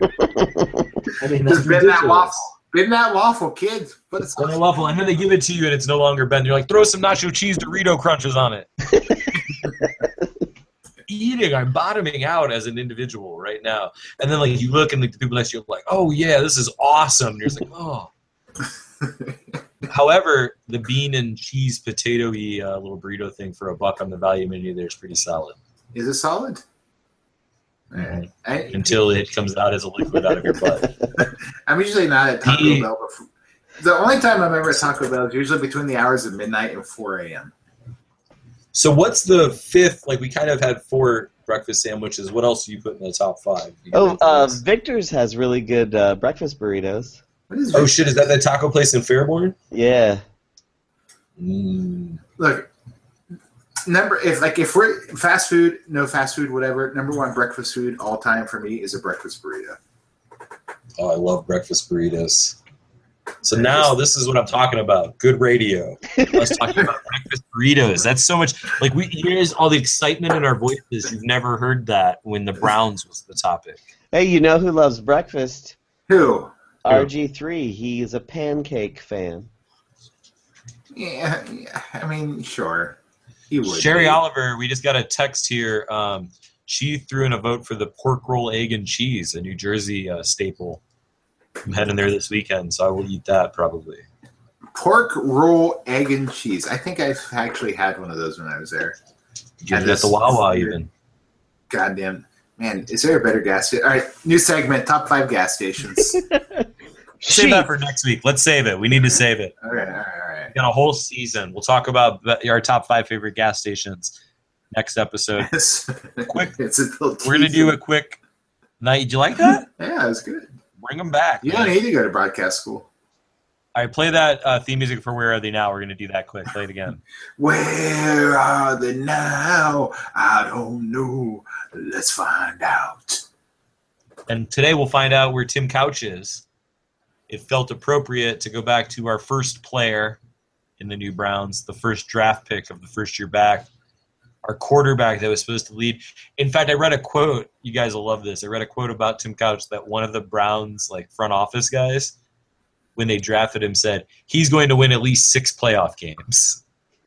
[SPEAKER 1] I mean,
[SPEAKER 2] Just bend that waffle. Been that waffle, kids. Put a
[SPEAKER 1] Bend that
[SPEAKER 2] sausage-
[SPEAKER 1] waffle, and then they give it to you, and it's no longer bent. You're like, throw some nacho cheese Dorito crunches on it. Eating, I'm bottoming out as an individual right now. And then, like, you look, and like, the people next to you are like, oh, yeah, this is awesome. And you're just like, oh. However, the bean and cheese potato y uh, little burrito thing for a buck on the value menu there is pretty solid
[SPEAKER 2] Is it solid?
[SPEAKER 1] Mhm.
[SPEAKER 2] I,
[SPEAKER 1] until it comes out as a liquid out of your butt.
[SPEAKER 2] I'm usually not at Taco
[SPEAKER 1] He-
[SPEAKER 2] Bell. Before. The only time I'm ever at Taco Bell is usually between the hours of midnight and 4 a.m.
[SPEAKER 1] So, what's the fifth? Like, we kind of had four breakfast sandwiches. What else do you put in the top five?
[SPEAKER 3] Oh, uh, Victor's has really good uh, breakfast burritos.
[SPEAKER 2] What is
[SPEAKER 1] Oh shit! Is that that taco place in Fairborn? Mm,
[SPEAKER 3] Yeah,
[SPEAKER 2] look number if like if we're fast food no fast food whatever number one breakfast food all time for me is a breakfast burrito
[SPEAKER 1] Oh, I love breakfast burritos. So now this is what I'm talking about. Good radio. Us talking about breakfast burritos. That's so much like we here's all the excitement in our voices. You've never heard that when the Browns was the topic.
[SPEAKER 3] Hey, you know who loves breakfast?
[SPEAKER 2] who
[SPEAKER 3] RG3. He is a pancake fan.
[SPEAKER 2] yeah, yeah i mean sure He would.
[SPEAKER 1] Sherry
[SPEAKER 2] be.
[SPEAKER 1] Oliver, we just got a text here. Um, she threw in a vote for the pork roll, egg, and cheese, a New Jersey uh, staple. I'm heading there this weekend, so I will eat that probably.
[SPEAKER 2] Pork roll, egg, and cheese. I think I've actually had one of those when I was there.
[SPEAKER 1] Get
[SPEAKER 2] And
[SPEAKER 1] it at the
[SPEAKER 2] this-
[SPEAKER 1] Wawa even.
[SPEAKER 2] Goddamn. Man, is there a better gas station? All right, new segment top five gas stations.
[SPEAKER 1] Save that for next week. Let's save it. We need to save it.
[SPEAKER 2] all right, all right, all right.
[SPEAKER 1] We got a whole season. We'll talk about the- our top five favorite gas stations next episode.
[SPEAKER 2] It's,
[SPEAKER 1] Quick.
[SPEAKER 2] it's a little
[SPEAKER 1] We're gonna do a quick. Night, did you like that?
[SPEAKER 2] Yeah, it was good.
[SPEAKER 1] Bring them back.
[SPEAKER 2] You don't need to go to broadcast school.
[SPEAKER 1] All right, play that uh, theme music for Where Are They Now. We're gonna do that quick. Play it again.
[SPEAKER 2] Where are they now? I don't know. Let's find out.
[SPEAKER 1] And today we'll find out where Tim Couch is. It felt appropriate to go back to our first player in the new Browns, the first draft pick of the first year back, our quarterback that was supposed to lead. In fact, I read a quote. You guys will love this. I read a quote about Tim Couch that one of the Browns like front office guys, when they drafted him, said he's going to win at least six playoff games.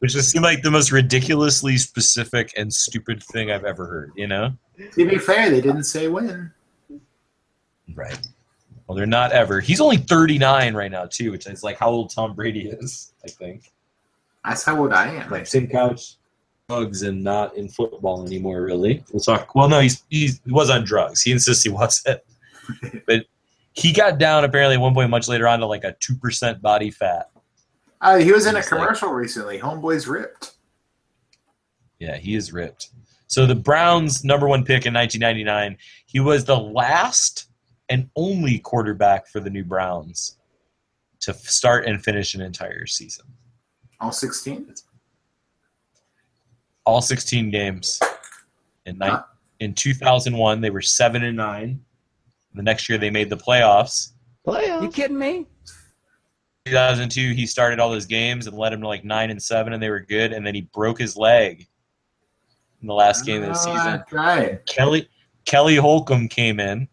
[SPEAKER 1] Which just seemed like the most ridiculously specific and stupid thing I've ever heard, you know?
[SPEAKER 2] To be fair, they didn't say when.
[SPEAKER 1] Right. Well, they're not ever. He's only 39 right now, too, which is like how old Tom Brady is, I think.
[SPEAKER 2] That's how old I am.
[SPEAKER 1] Like, same couch, drugs, and not in football anymore, really. We'll talk. Well, no, he's, he's, he was on drugs. He insists he was it. but he got down, apparently, at one point much later on to like a 2% body fat.
[SPEAKER 2] Uh, he was in a
[SPEAKER 1] He's like-
[SPEAKER 2] commercial recently. Homeboy's ripped.
[SPEAKER 1] Yeah, he is ripped. So the Browns' number one pick in 1999, he was the last and only quarterback for the new Browns to f- start and finish an entire season.
[SPEAKER 2] All 16?
[SPEAKER 1] all 16 games in nine,
[SPEAKER 2] Huh.
[SPEAKER 1] in 2001 they were 7 and 9 the next year they made the playoffs
[SPEAKER 8] You
[SPEAKER 3] Playoff.
[SPEAKER 8] kidding me?
[SPEAKER 1] 2002 he started all those games and led them to like 9 and 7 and they were good and then he broke his leg in the last game of the
[SPEAKER 2] Ah,
[SPEAKER 1] season
[SPEAKER 2] that's right.
[SPEAKER 1] kelly kelly holcomb came in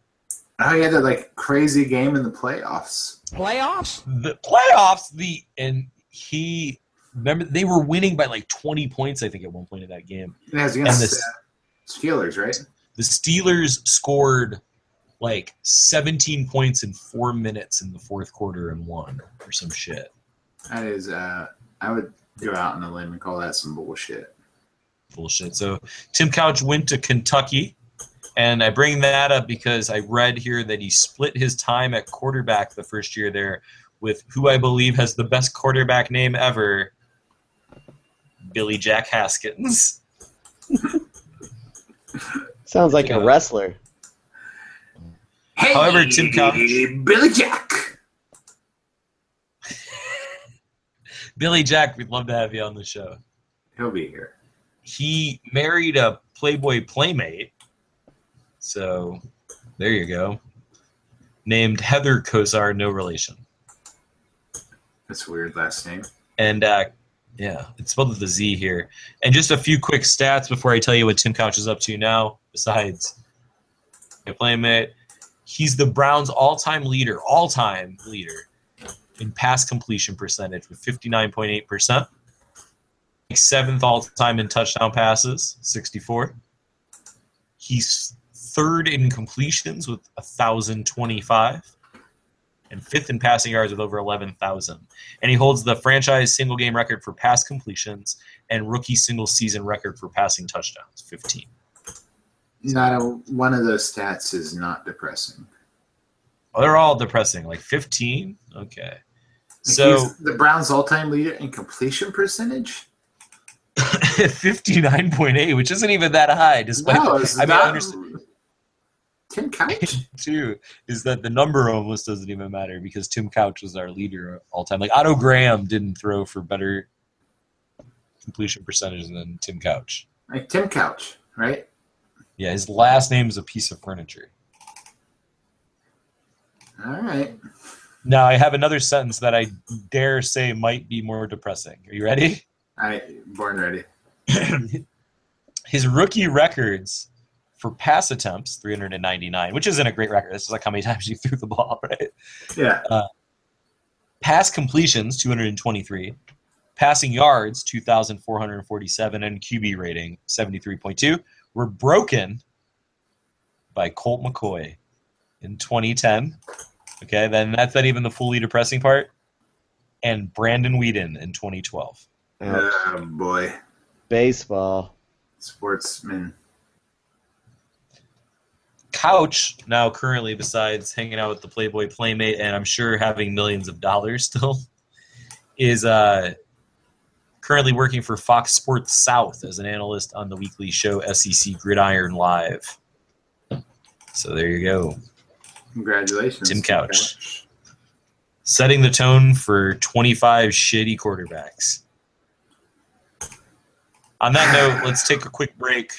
[SPEAKER 2] Oh, he had that like crazy game in the playoffs.
[SPEAKER 8] Playoffs?
[SPEAKER 1] the playoffs the and he remember they were winning by like 20 points i think at one point in that game
[SPEAKER 2] It was against
[SPEAKER 1] this-
[SPEAKER 2] uh, Steelers, right?
[SPEAKER 1] the Steelers scored like 17 points in four minutes in the fourth quarter and won or some shit.
[SPEAKER 2] That is, uh, I would go out on a limb and call that some bullshit.
[SPEAKER 1] Bullshit. So Tim Couch went to Kentucky. And I bring that up because I read here that he split his time at quarterback the first year there with who I believe has the best quarterback name ever, Billy Jack Haskins.
[SPEAKER 3] Sounds like a wrestler.
[SPEAKER 2] Hey,
[SPEAKER 1] However, Tim Couch-
[SPEAKER 2] Billy Jack.
[SPEAKER 1] Billy Jack, we'd love to have you on the show.
[SPEAKER 2] He'll be here.
[SPEAKER 1] he married a Playboy playmate. So there you go. Named Heather Kozar, no relation.
[SPEAKER 2] That's a weird last name.
[SPEAKER 1] And uh, yeah, it's spelled with a Z here. And just a few quick stats before I tell you what Tim Couch is up to now, besides a playmate. He's the Browns' all time leader, all time leader in pass completion percentage with 59.8%. Seventh all time in touchdown passes, 64. He's third in completions with 1,025 and fifth in passing yards with over 11,000 and he holds the franchise single game record for pass completions and rookie single season record for passing touchdowns 15
[SPEAKER 2] Not a, one of those stats is not depressing.
[SPEAKER 1] oh, they're all depressing like 15 okay so
[SPEAKER 2] He's the Browns' all-time leader in completion percentage.
[SPEAKER 1] 59.8 which isn't even that high despite
[SPEAKER 2] no, it's
[SPEAKER 1] I mean, I
[SPEAKER 2] not.
[SPEAKER 1] understand-
[SPEAKER 2] Tim Couch.
[SPEAKER 1] too is that the number almost doesn't even matter because tim couch was our leader all time like otto graham didn't throw for better completion percentage than tim couch
[SPEAKER 2] like Tim Couch, right?
[SPEAKER 1] yeah his last name is a piece of furniture
[SPEAKER 2] All right.
[SPEAKER 1] Now I have another sentence that I dare say might be more depressing. Are you ready?
[SPEAKER 2] I born ready.
[SPEAKER 1] His rookie records for pass attempts, 399, which isn't a great record. This is like how many times you threw the ball, right?
[SPEAKER 2] Yeah.
[SPEAKER 1] Pass completions, 223. Passing yards, 2,447, and QB rating, 73.2, were broken by Colt McCoy in 2010. Okay, then that's not even the fully depressing part. And Brandon Whedon in 2012.
[SPEAKER 3] Ouch.
[SPEAKER 2] Oh boy,
[SPEAKER 3] Baseball.
[SPEAKER 2] sportsman.
[SPEAKER 1] Couch now currently, besides hanging out with the Playboy Playmate and I'm sure having millions of dollars still, is uh, currently working for Fox Sports South as an analyst on the weekly show SEC Gridiron Live. So there you go.
[SPEAKER 2] Congratulations,
[SPEAKER 1] Tim Couch. Setting the tone for 25 shitty quarterbacks. On that note, let's take a quick break.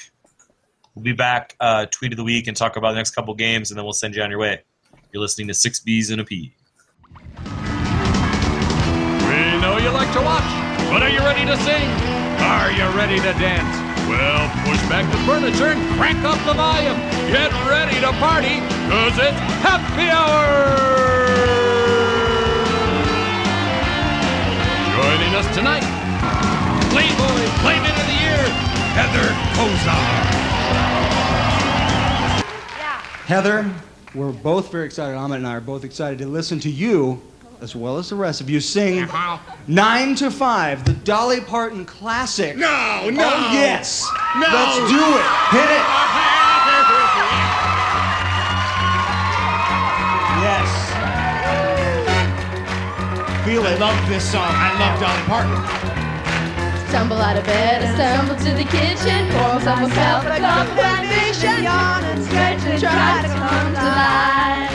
[SPEAKER 1] We'll be back, uh, tweet of the week, and talk about the next couple games, and then we'll send you on your way. You're listening to Six B's and a P.
[SPEAKER 8] We know you like to watch, but are you ready to sing? Are you ready to dance? Well, push back the furniture and crank up the volume. Get ready to party, cause it's happy hour! Joining us tonight, Playboy Playmate of the Year, Heather Kozar.
[SPEAKER 9] Heather, we're both very excited. Ahmed and I are both excited to listen to you, as well as the rest of you, sing Nine to Five, the Dolly Parton classic.
[SPEAKER 8] No, no!
[SPEAKER 9] Oh, yes!
[SPEAKER 8] No.
[SPEAKER 9] Let's do it! Hit it! Yes! Feel it.
[SPEAKER 8] love this song. I love Dolly Parton.
[SPEAKER 10] Stumble out of bed and stumble to the kitchen. Pour myself a cup of combination. Yawn and stretch and try to come to life.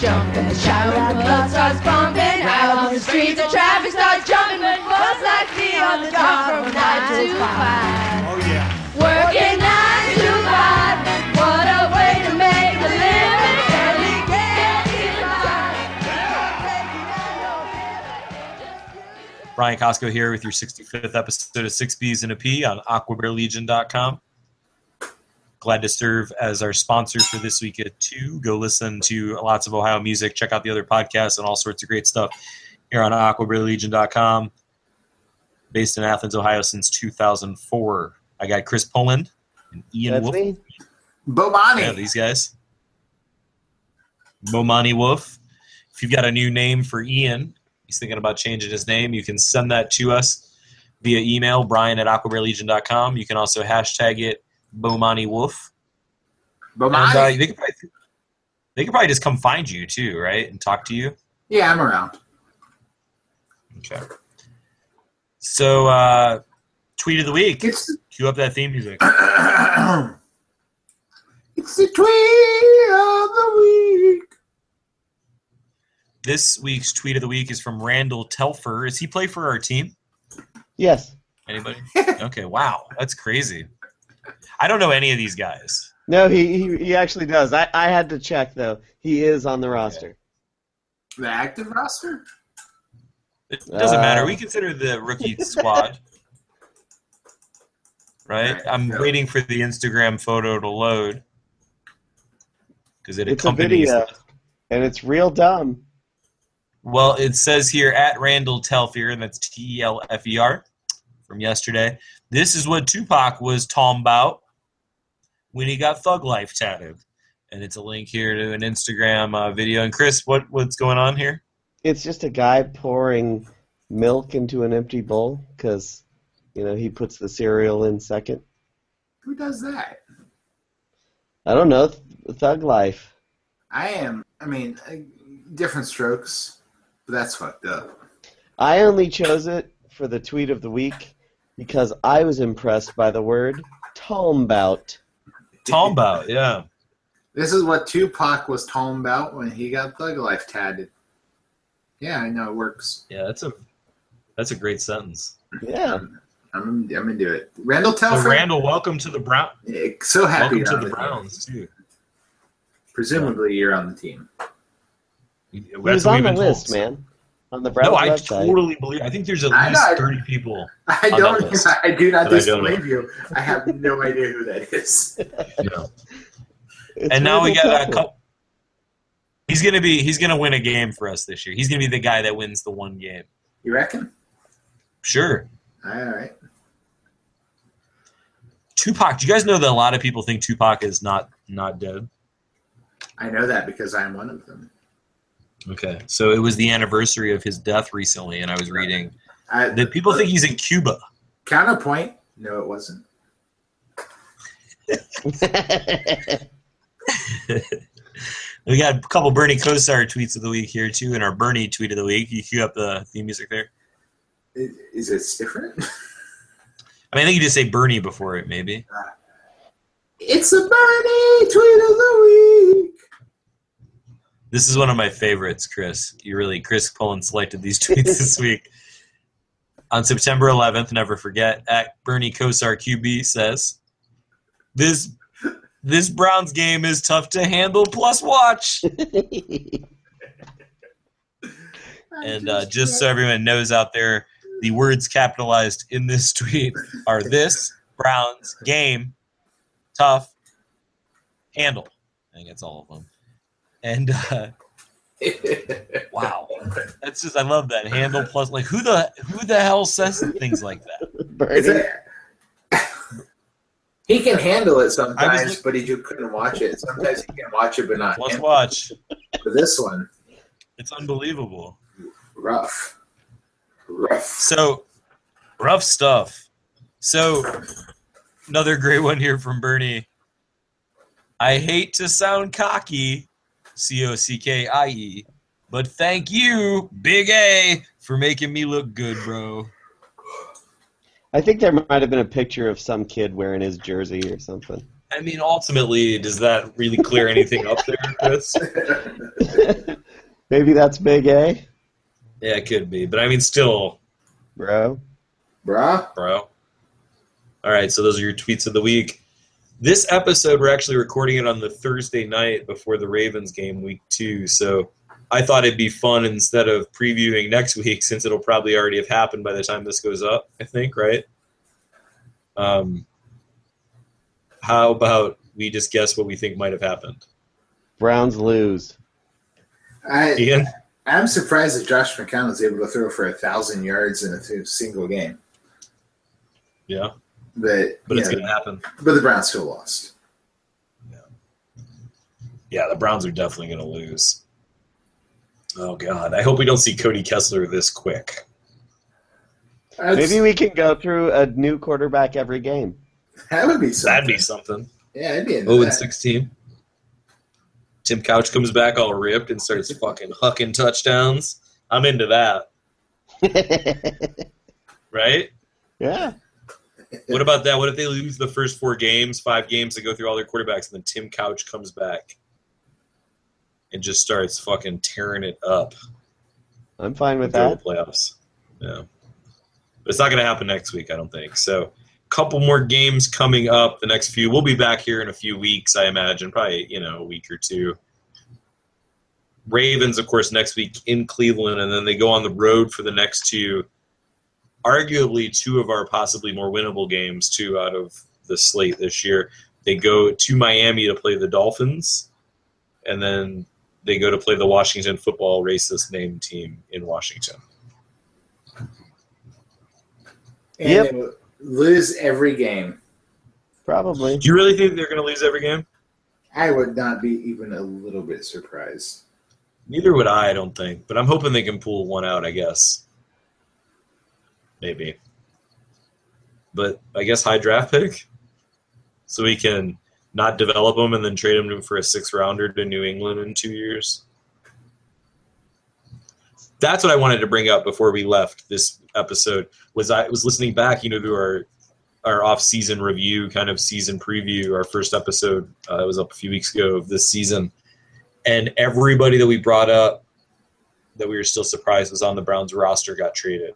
[SPEAKER 10] Jump in the shower when the blood starts pumping. Out on the streets, the traffic starts jumping. But what's like neon the dark from 9 to 5.
[SPEAKER 9] Oh, yeah.
[SPEAKER 10] Working nine to five, what a way to make a living. Barely getting by.
[SPEAKER 1] Brian Costco here with your 65th episode of Six B's and a P on AquabearLegion.com. Glad to serve as our sponsor for this week at two. Go listen to lots of Ohio music, check out the other podcasts, and all sorts of great stuff here on AquabearLegion.com. Based in Athens, Ohio since 2004. I got Chris Poland and Ian
[SPEAKER 3] That's
[SPEAKER 1] Wolf.
[SPEAKER 3] me.
[SPEAKER 2] Bomani.
[SPEAKER 1] Yeah, these guys. Bomani Wolf. If you've got a new name for Ian, he's thinking about changing his name, you can send that to us via email, brian at aquabearlegion.com. You can also hashtag it Bomani Wolf. And, uh,
[SPEAKER 2] Bomani.
[SPEAKER 1] they, could probably, they could probably just come find you, too, right? And talk to you.
[SPEAKER 2] yeah, I'm around.
[SPEAKER 1] Okay. So, uh, tweet of the week.
[SPEAKER 2] It's
[SPEAKER 1] Cue up that theme music.
[SPEAKER 2] it's the tweet of the week.
[SPEAKER 1] This week's tweet of the week is from Randall Telfer. Does he play for our team?
[SPEAKER 3] Yes.
[SPEAKER 1] Anybody? okay, wow. That's crazy. I don't know any of these guys.
[SPEAKER 3] No, he, he he actually does. I, I had to check though. He is on the roster.
[SPEAKER 2] The active roster.
[SPEAKER 1] It doesn't matter.
[SPEAKER 3] Uh.
[SPEAKER 1] We consider the rookie squad. Right? I'm
[SPEAKER 2] Yeah.
[SPEAKER 1] waiting for the Instagram photo to load. Because it
[SPEAKER 3] It's a
[SPEAKER 1] accompanies.
[SPEAKER 3] video. And it's real dumb.
[SPEAKER 1] Well, it says here at Randall Telfer, and that's T E L F E R from yesterday. This is what Tupac was talking about when he got Thug Life tatted. And it's a link here to an Instagram uh, video. And Chris, what, what's going on here?
[SPEAKER 3] It's just a guy pouring milk into an empty bowl because, you know, he puts the cereal in second.
[SPEAKER 2] Who does that?
[SPEAKER 3] I don't know. Th- thug life.
[SPEAKER 2] I am. I mean, uh, different strokes, but that's fucked up.
[SPEAKER 3] I only chose it for the tweet of the week because I was impressed by the word tombout.
[SPEAKER 1] Talking about, yeah.
[SPEAKER 2] This is what Tupac was talking about when he got Thug Life tatted. Yeah, I know it works.
[SPEAKER 1] Yeah, that's a that's a great sentence.
[SPEAKER 3] Yeah.
[SPEAKER 2] I'm, I'm gonna do it. Randall
[SPEAKER 1] So
[SPEAKER 2] Telfer.
[SPEAKER 1] Randall, welcome to the Brown.
[SPEAKER 2] Eh, so happy
[SPEAKER 1] Welcome to
[SPEAKER 2] you're
[SPEAKER 1] the
[SPEAKER 2] on
[SPEAKER 1] Browns too.
[SPEAKER 2] team. Presumably, you're on the team.
[SPEAKER 3] He was on the list, man. On the Browns
[SPEAKER 1] no, I
[SPEAKER 3] website.
[SPEAKER 1] totally believe. I think there's at
[SPEAKER 2] I
[SPEAKER 1] least
[SPEAKER 2] know.
[SPEAKER 1] thirty people.
[SPEAKER 2] I
[SPEAKER 1] On that
[SPEAKER 2] don't.
[SPEAKER 1] list.
[SPEAKER 2] I do not
[SPEAKER 1] But I don't know.
[SPEAKER 2] disbelieve you. I have no idea who that is.
[SPEAKER 3] It's
[SPEAKER 1] and now we
[SPEAKER 3] Randall
[SPEAKER 1] got a
[SPEAKER 3] Telfer.
[SPEAKER 1] couple. He's gonna be. He's gonna win a game for us this year. He's gonna be the guy that wins the one game.
[SPEAKER 2] You reckon?
[SPEAKER 1] Sure.
[SPEAKER 2] All right.
[SPEAKER 1] Tupac. Do you guys know that a lot of people think Tupac is not not dead?
[SPEAKER 2] I know that because I'm one of them.
[SPEAKER 1] Okay. So it was the anniversary of his death recently, and I was reading
[SPEAKER 2] I,
[SPEAKER 1] that people think he's in Cuba.
[SPEAKER 2] Counterpoint. No, it wasn't.
[SPEAKER 1] we got a couple Bernie Kosar tweets of the week here too, and our Bernie tweet of the week. You cue up the theme music there.
[SPEAKER 2] Is, is it different?
[SPEAKER 1] I mean, I think you just say Bernie before it, maybe.
[SPEAKER 2] It's a Bernie tweet of the week.
[SPEAKER 1] This is one of my favorites, Chris. You really, Chris Pullen selected these tweets this week. On September 11th, never forget, at Bernie Kosar QB says, "This this Browns game is tough to handle. Plus, watch." and uh, just so everyone knows out there, the words capitalized in this tweet are this Browns game tough handle. I think that's all of them. And uh, wow, that's just I love that handle plus like who the who the hell says things like that?
[SPEAKER 2] Is it- he can handle it
[SPEAKER 1] I
[SPEAKER 2] sometimes,
[SPEAKER 1] was-
[SPEAKER 2] but he just couldn't watch it. Sometimes he can watch it, but not
[SPEAKER 1] Plus,
[SPEAKER 2] handle
[SPEAKER 1] watch.
[SPEAKER 2] it. But this one.
[SPEAKER 1] It's unbelievable.
[SPEAKER 2] Rough. Rough.
[SPEAKER 1] So rough stuff. So another great one here from Bernie. I hate to sound cocky, C O C K I E, but thank you, Big A, for making me look good, bro.
[SPEAKER 3] I think there might have been a picture of some kid wearing his jersey or something.
[SPEAKER 1] I mean, ultimately, does that really clear anything up there, Chris?
[SPEAKER 3] Maybe that's Big A,
[SPEAKER 1] Yeah, it could be, but I mean, still,
[SPEAKER 3] bro.
[SPEAKER 2] Bruh.
[SPEAKER 1] bro. All right, so those are your tweets of the week. This episode, we're actually recording it on the Thursday night before the Ravens game, week two. So I thought it'd be fun instead of previewing next week, since it'll probably already have happened by the time this goes up, I think, right? Um, how about we just guess what we think might have happened?
[SPEAKER 3] Browns lose.
[SPEAKER 2] I,
[SPEAKER 1] Ian?
[SPEAKER 2] I'm surprised that Josh McCown was able to throw for a thousand yards in a th- single game.
[SPEAKER 1] Yeah,
[SPEAKER 2] But
[SPEAKER 1] but it's
[SPEAKER 2] you
[SPEAKER 1] going
[SPEAKER 2] know,
[SPEAKER 1] to happen.
[SPEAKER 2] but the Browns still lost.
[SPEAKER 1] Yeah, the Browns are definitely going to lose. Oh, God. I hope we don't see Cody Kessler this quick.
[SPEAKER 3] Maybe we can go through a new quarterback every game.
[SPEAKER 2] that would be
[SPEAKER 1] That'd
[SPEAKER 2] something.
[SPEAKER 1] be something.
[SPEAKER 2] yeah, it'd be in
[SPEAKER 1] Oh,
[SPEAKER 2] that.
[SPEAKER 1] and 16. Tim Couch comes back all ripped and starts fucking hucking touchdowns. I'm into that, right?
[SPEAKER 3] yeah.
[SPEAKER 1] What about that? What if they lose the first four games, five games, to go through all their quarterbacks, and then Tim Couch comes back and just starts fucking tearing it up
[SPEAKER 3] I'm fine with
[SPEAKER 1] through the
[SPEAKER 3] that.
[SPEAKER 1] playoffs? Yeah. But it's not going to happen next week, I don't think. So, couple more games coming up the next few. We'll be back here in a few weeks, I imagine. Probably, you know, a week or two. Ravens, of course, next week in Cleveland, and then they go on the road for the next two, arguably two of our possibly more winnable games, two out of the slate this year. They go to Miami to play the Dolphins, and then they go to play the Washington football racist name team in Washington.
[SPEAKER 2] And
[SPEAKER 3] Yep.
[SPEAKER 2] they would lose every game.
[SPEAKER 3] Probably.
[SPEAKER 1] Do you really think they're going to lose every game?
[SPEAKER 2] I would not be even a little bit surprised.
[SPEAKER 1] Neither would I, I don't think. But I'm hoping they can pull one out, I guess. Maybe. But I guess high draft pick? So we can not develop them and then trade them for a six rounder to New England in two years. That's what I wanted to bring up before we left this episode was I was listening back, you know, to our our off season review, kind of season preview, our first episode uh, that was up a few weeks ago of this season and everybody that we brought up that we were still surprised was on the Browns roster got traded.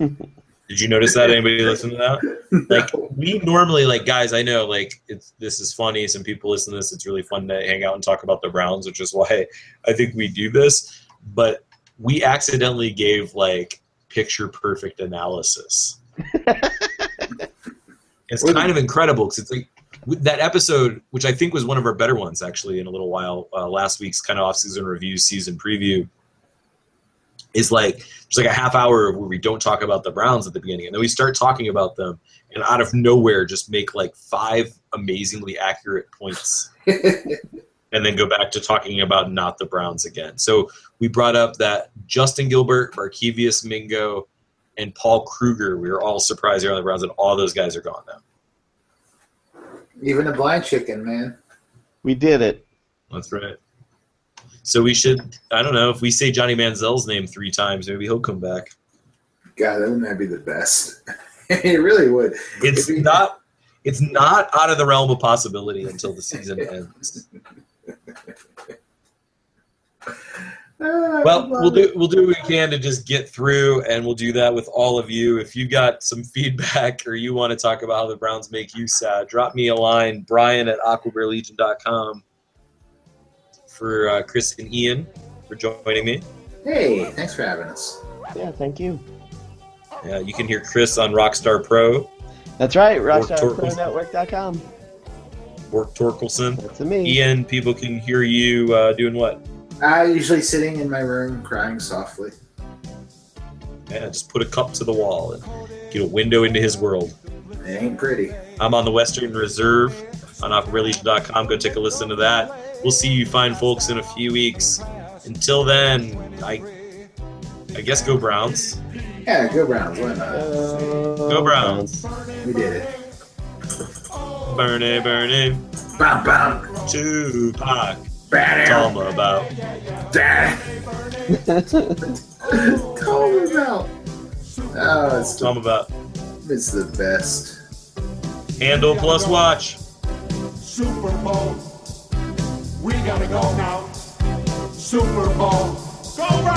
[SPEAKER 1] Did you notice that? Anybody listen to that? Like we normally like guys, I know like it's this is funny. Some people listen to this. It's really fun to hang out and talk about the Browns, which is why I think we do this. But we accidentally gave like picture perfect analysis. it's kind of incredible because it's like with that episode, which I think was one of our better ones actually in a little while, uh, last week's kind of off-season review, season preview, is like there's like a half hour where we don't talk about the Browns at the beginning, and then we start talking about them, and out of nowhere just make like five amazingly accurate points, and then go back to talking about not the Browns again. So we brought up that Justin Gilbert, Markevius Mingo, and Paul Kruger. We were all surprised here on the Browns that all those guys are gone now.
[SPEAKER 2] Even a blind chicken, man.
[SPEAKER 3] We did it.
[SPEAKER 1] That's right. So we should. I don't know if we say Johnny Manziel's name three times, maybe he'll come back.
[SPEAKER 2] God, that would be the best. it really would.
[SPEAKER 1] It's
[SPEAKER 2] It'd be-
[SPEAKER 1] not. It's not out of the realm of possibility until the season ends.
[SPEAKER 2] Ah,
[SPEAKER 1] Well,
[SPEAKER 2] love
[SPEAKER 1] we'll
[SPEAKER 2] it.
[SPEAKER 1] do we'll do what we can to just get through, and we'll do that with all of you. If you got some feedback or you want to talk about how the Browns make you sad, drop me a line, Brian at aquabearlegion.com for uh, Chris and Ian for joining me.
[SPEAKER 2] Hey, thanks for having us.
[SPEAKER 3] Yeah, thank you.
[SPEAKER 1] Uh, you can hear Chris on Rockstar Pro,
[SPEAKER 3] That's right,
[SPEAKER 1] Torkelson.
[SPEAKER 3] rockstarpronetwork.com.
[SPEAKER 1] Bork Torkelson.
[SPEAKER 3] That's a me.
[SPEAKER 1] Ian, people can hear you uh, doing what?
[SPEAKER 2] I usually sitting in my room crying softly.
[SPEAKER 1] Yeah, just put a cup to the wall and get a window into his world.
[SPEAKER 2] It ain't pretty.
[SPEAKER 1] I'm on the Western Reserve on OperaReligion.com. Go take a listen to that. We'll see you fine folks in a few weeks. Until then, I I guess go Browns.
[SPEAKER 2] Yeah, go Browns. Why not?
[SPEAKER 1] Go Browns.
[SPEAKER 2] We did it.
[SPEAKER 1] Burn it, burn it.
[SPEAKER 2] Bam, bam.
[SPEAKER 1] Tupac. It's
[SPEAKER 2] Bam.
[SPEAKER 1] all about.
[SPEAKER 2] Call him out. Oh, it's
[SPEAKER 1] It's all
[SPEAKER 2] the,
[SPEAKER 1] about.
[SPEAKER 2] it's the best.
[SPEAKER 1] Handle plus watch.
[SPEAKER 4] Super Bowl. We gotta go now. Super Bowl. Go Browns!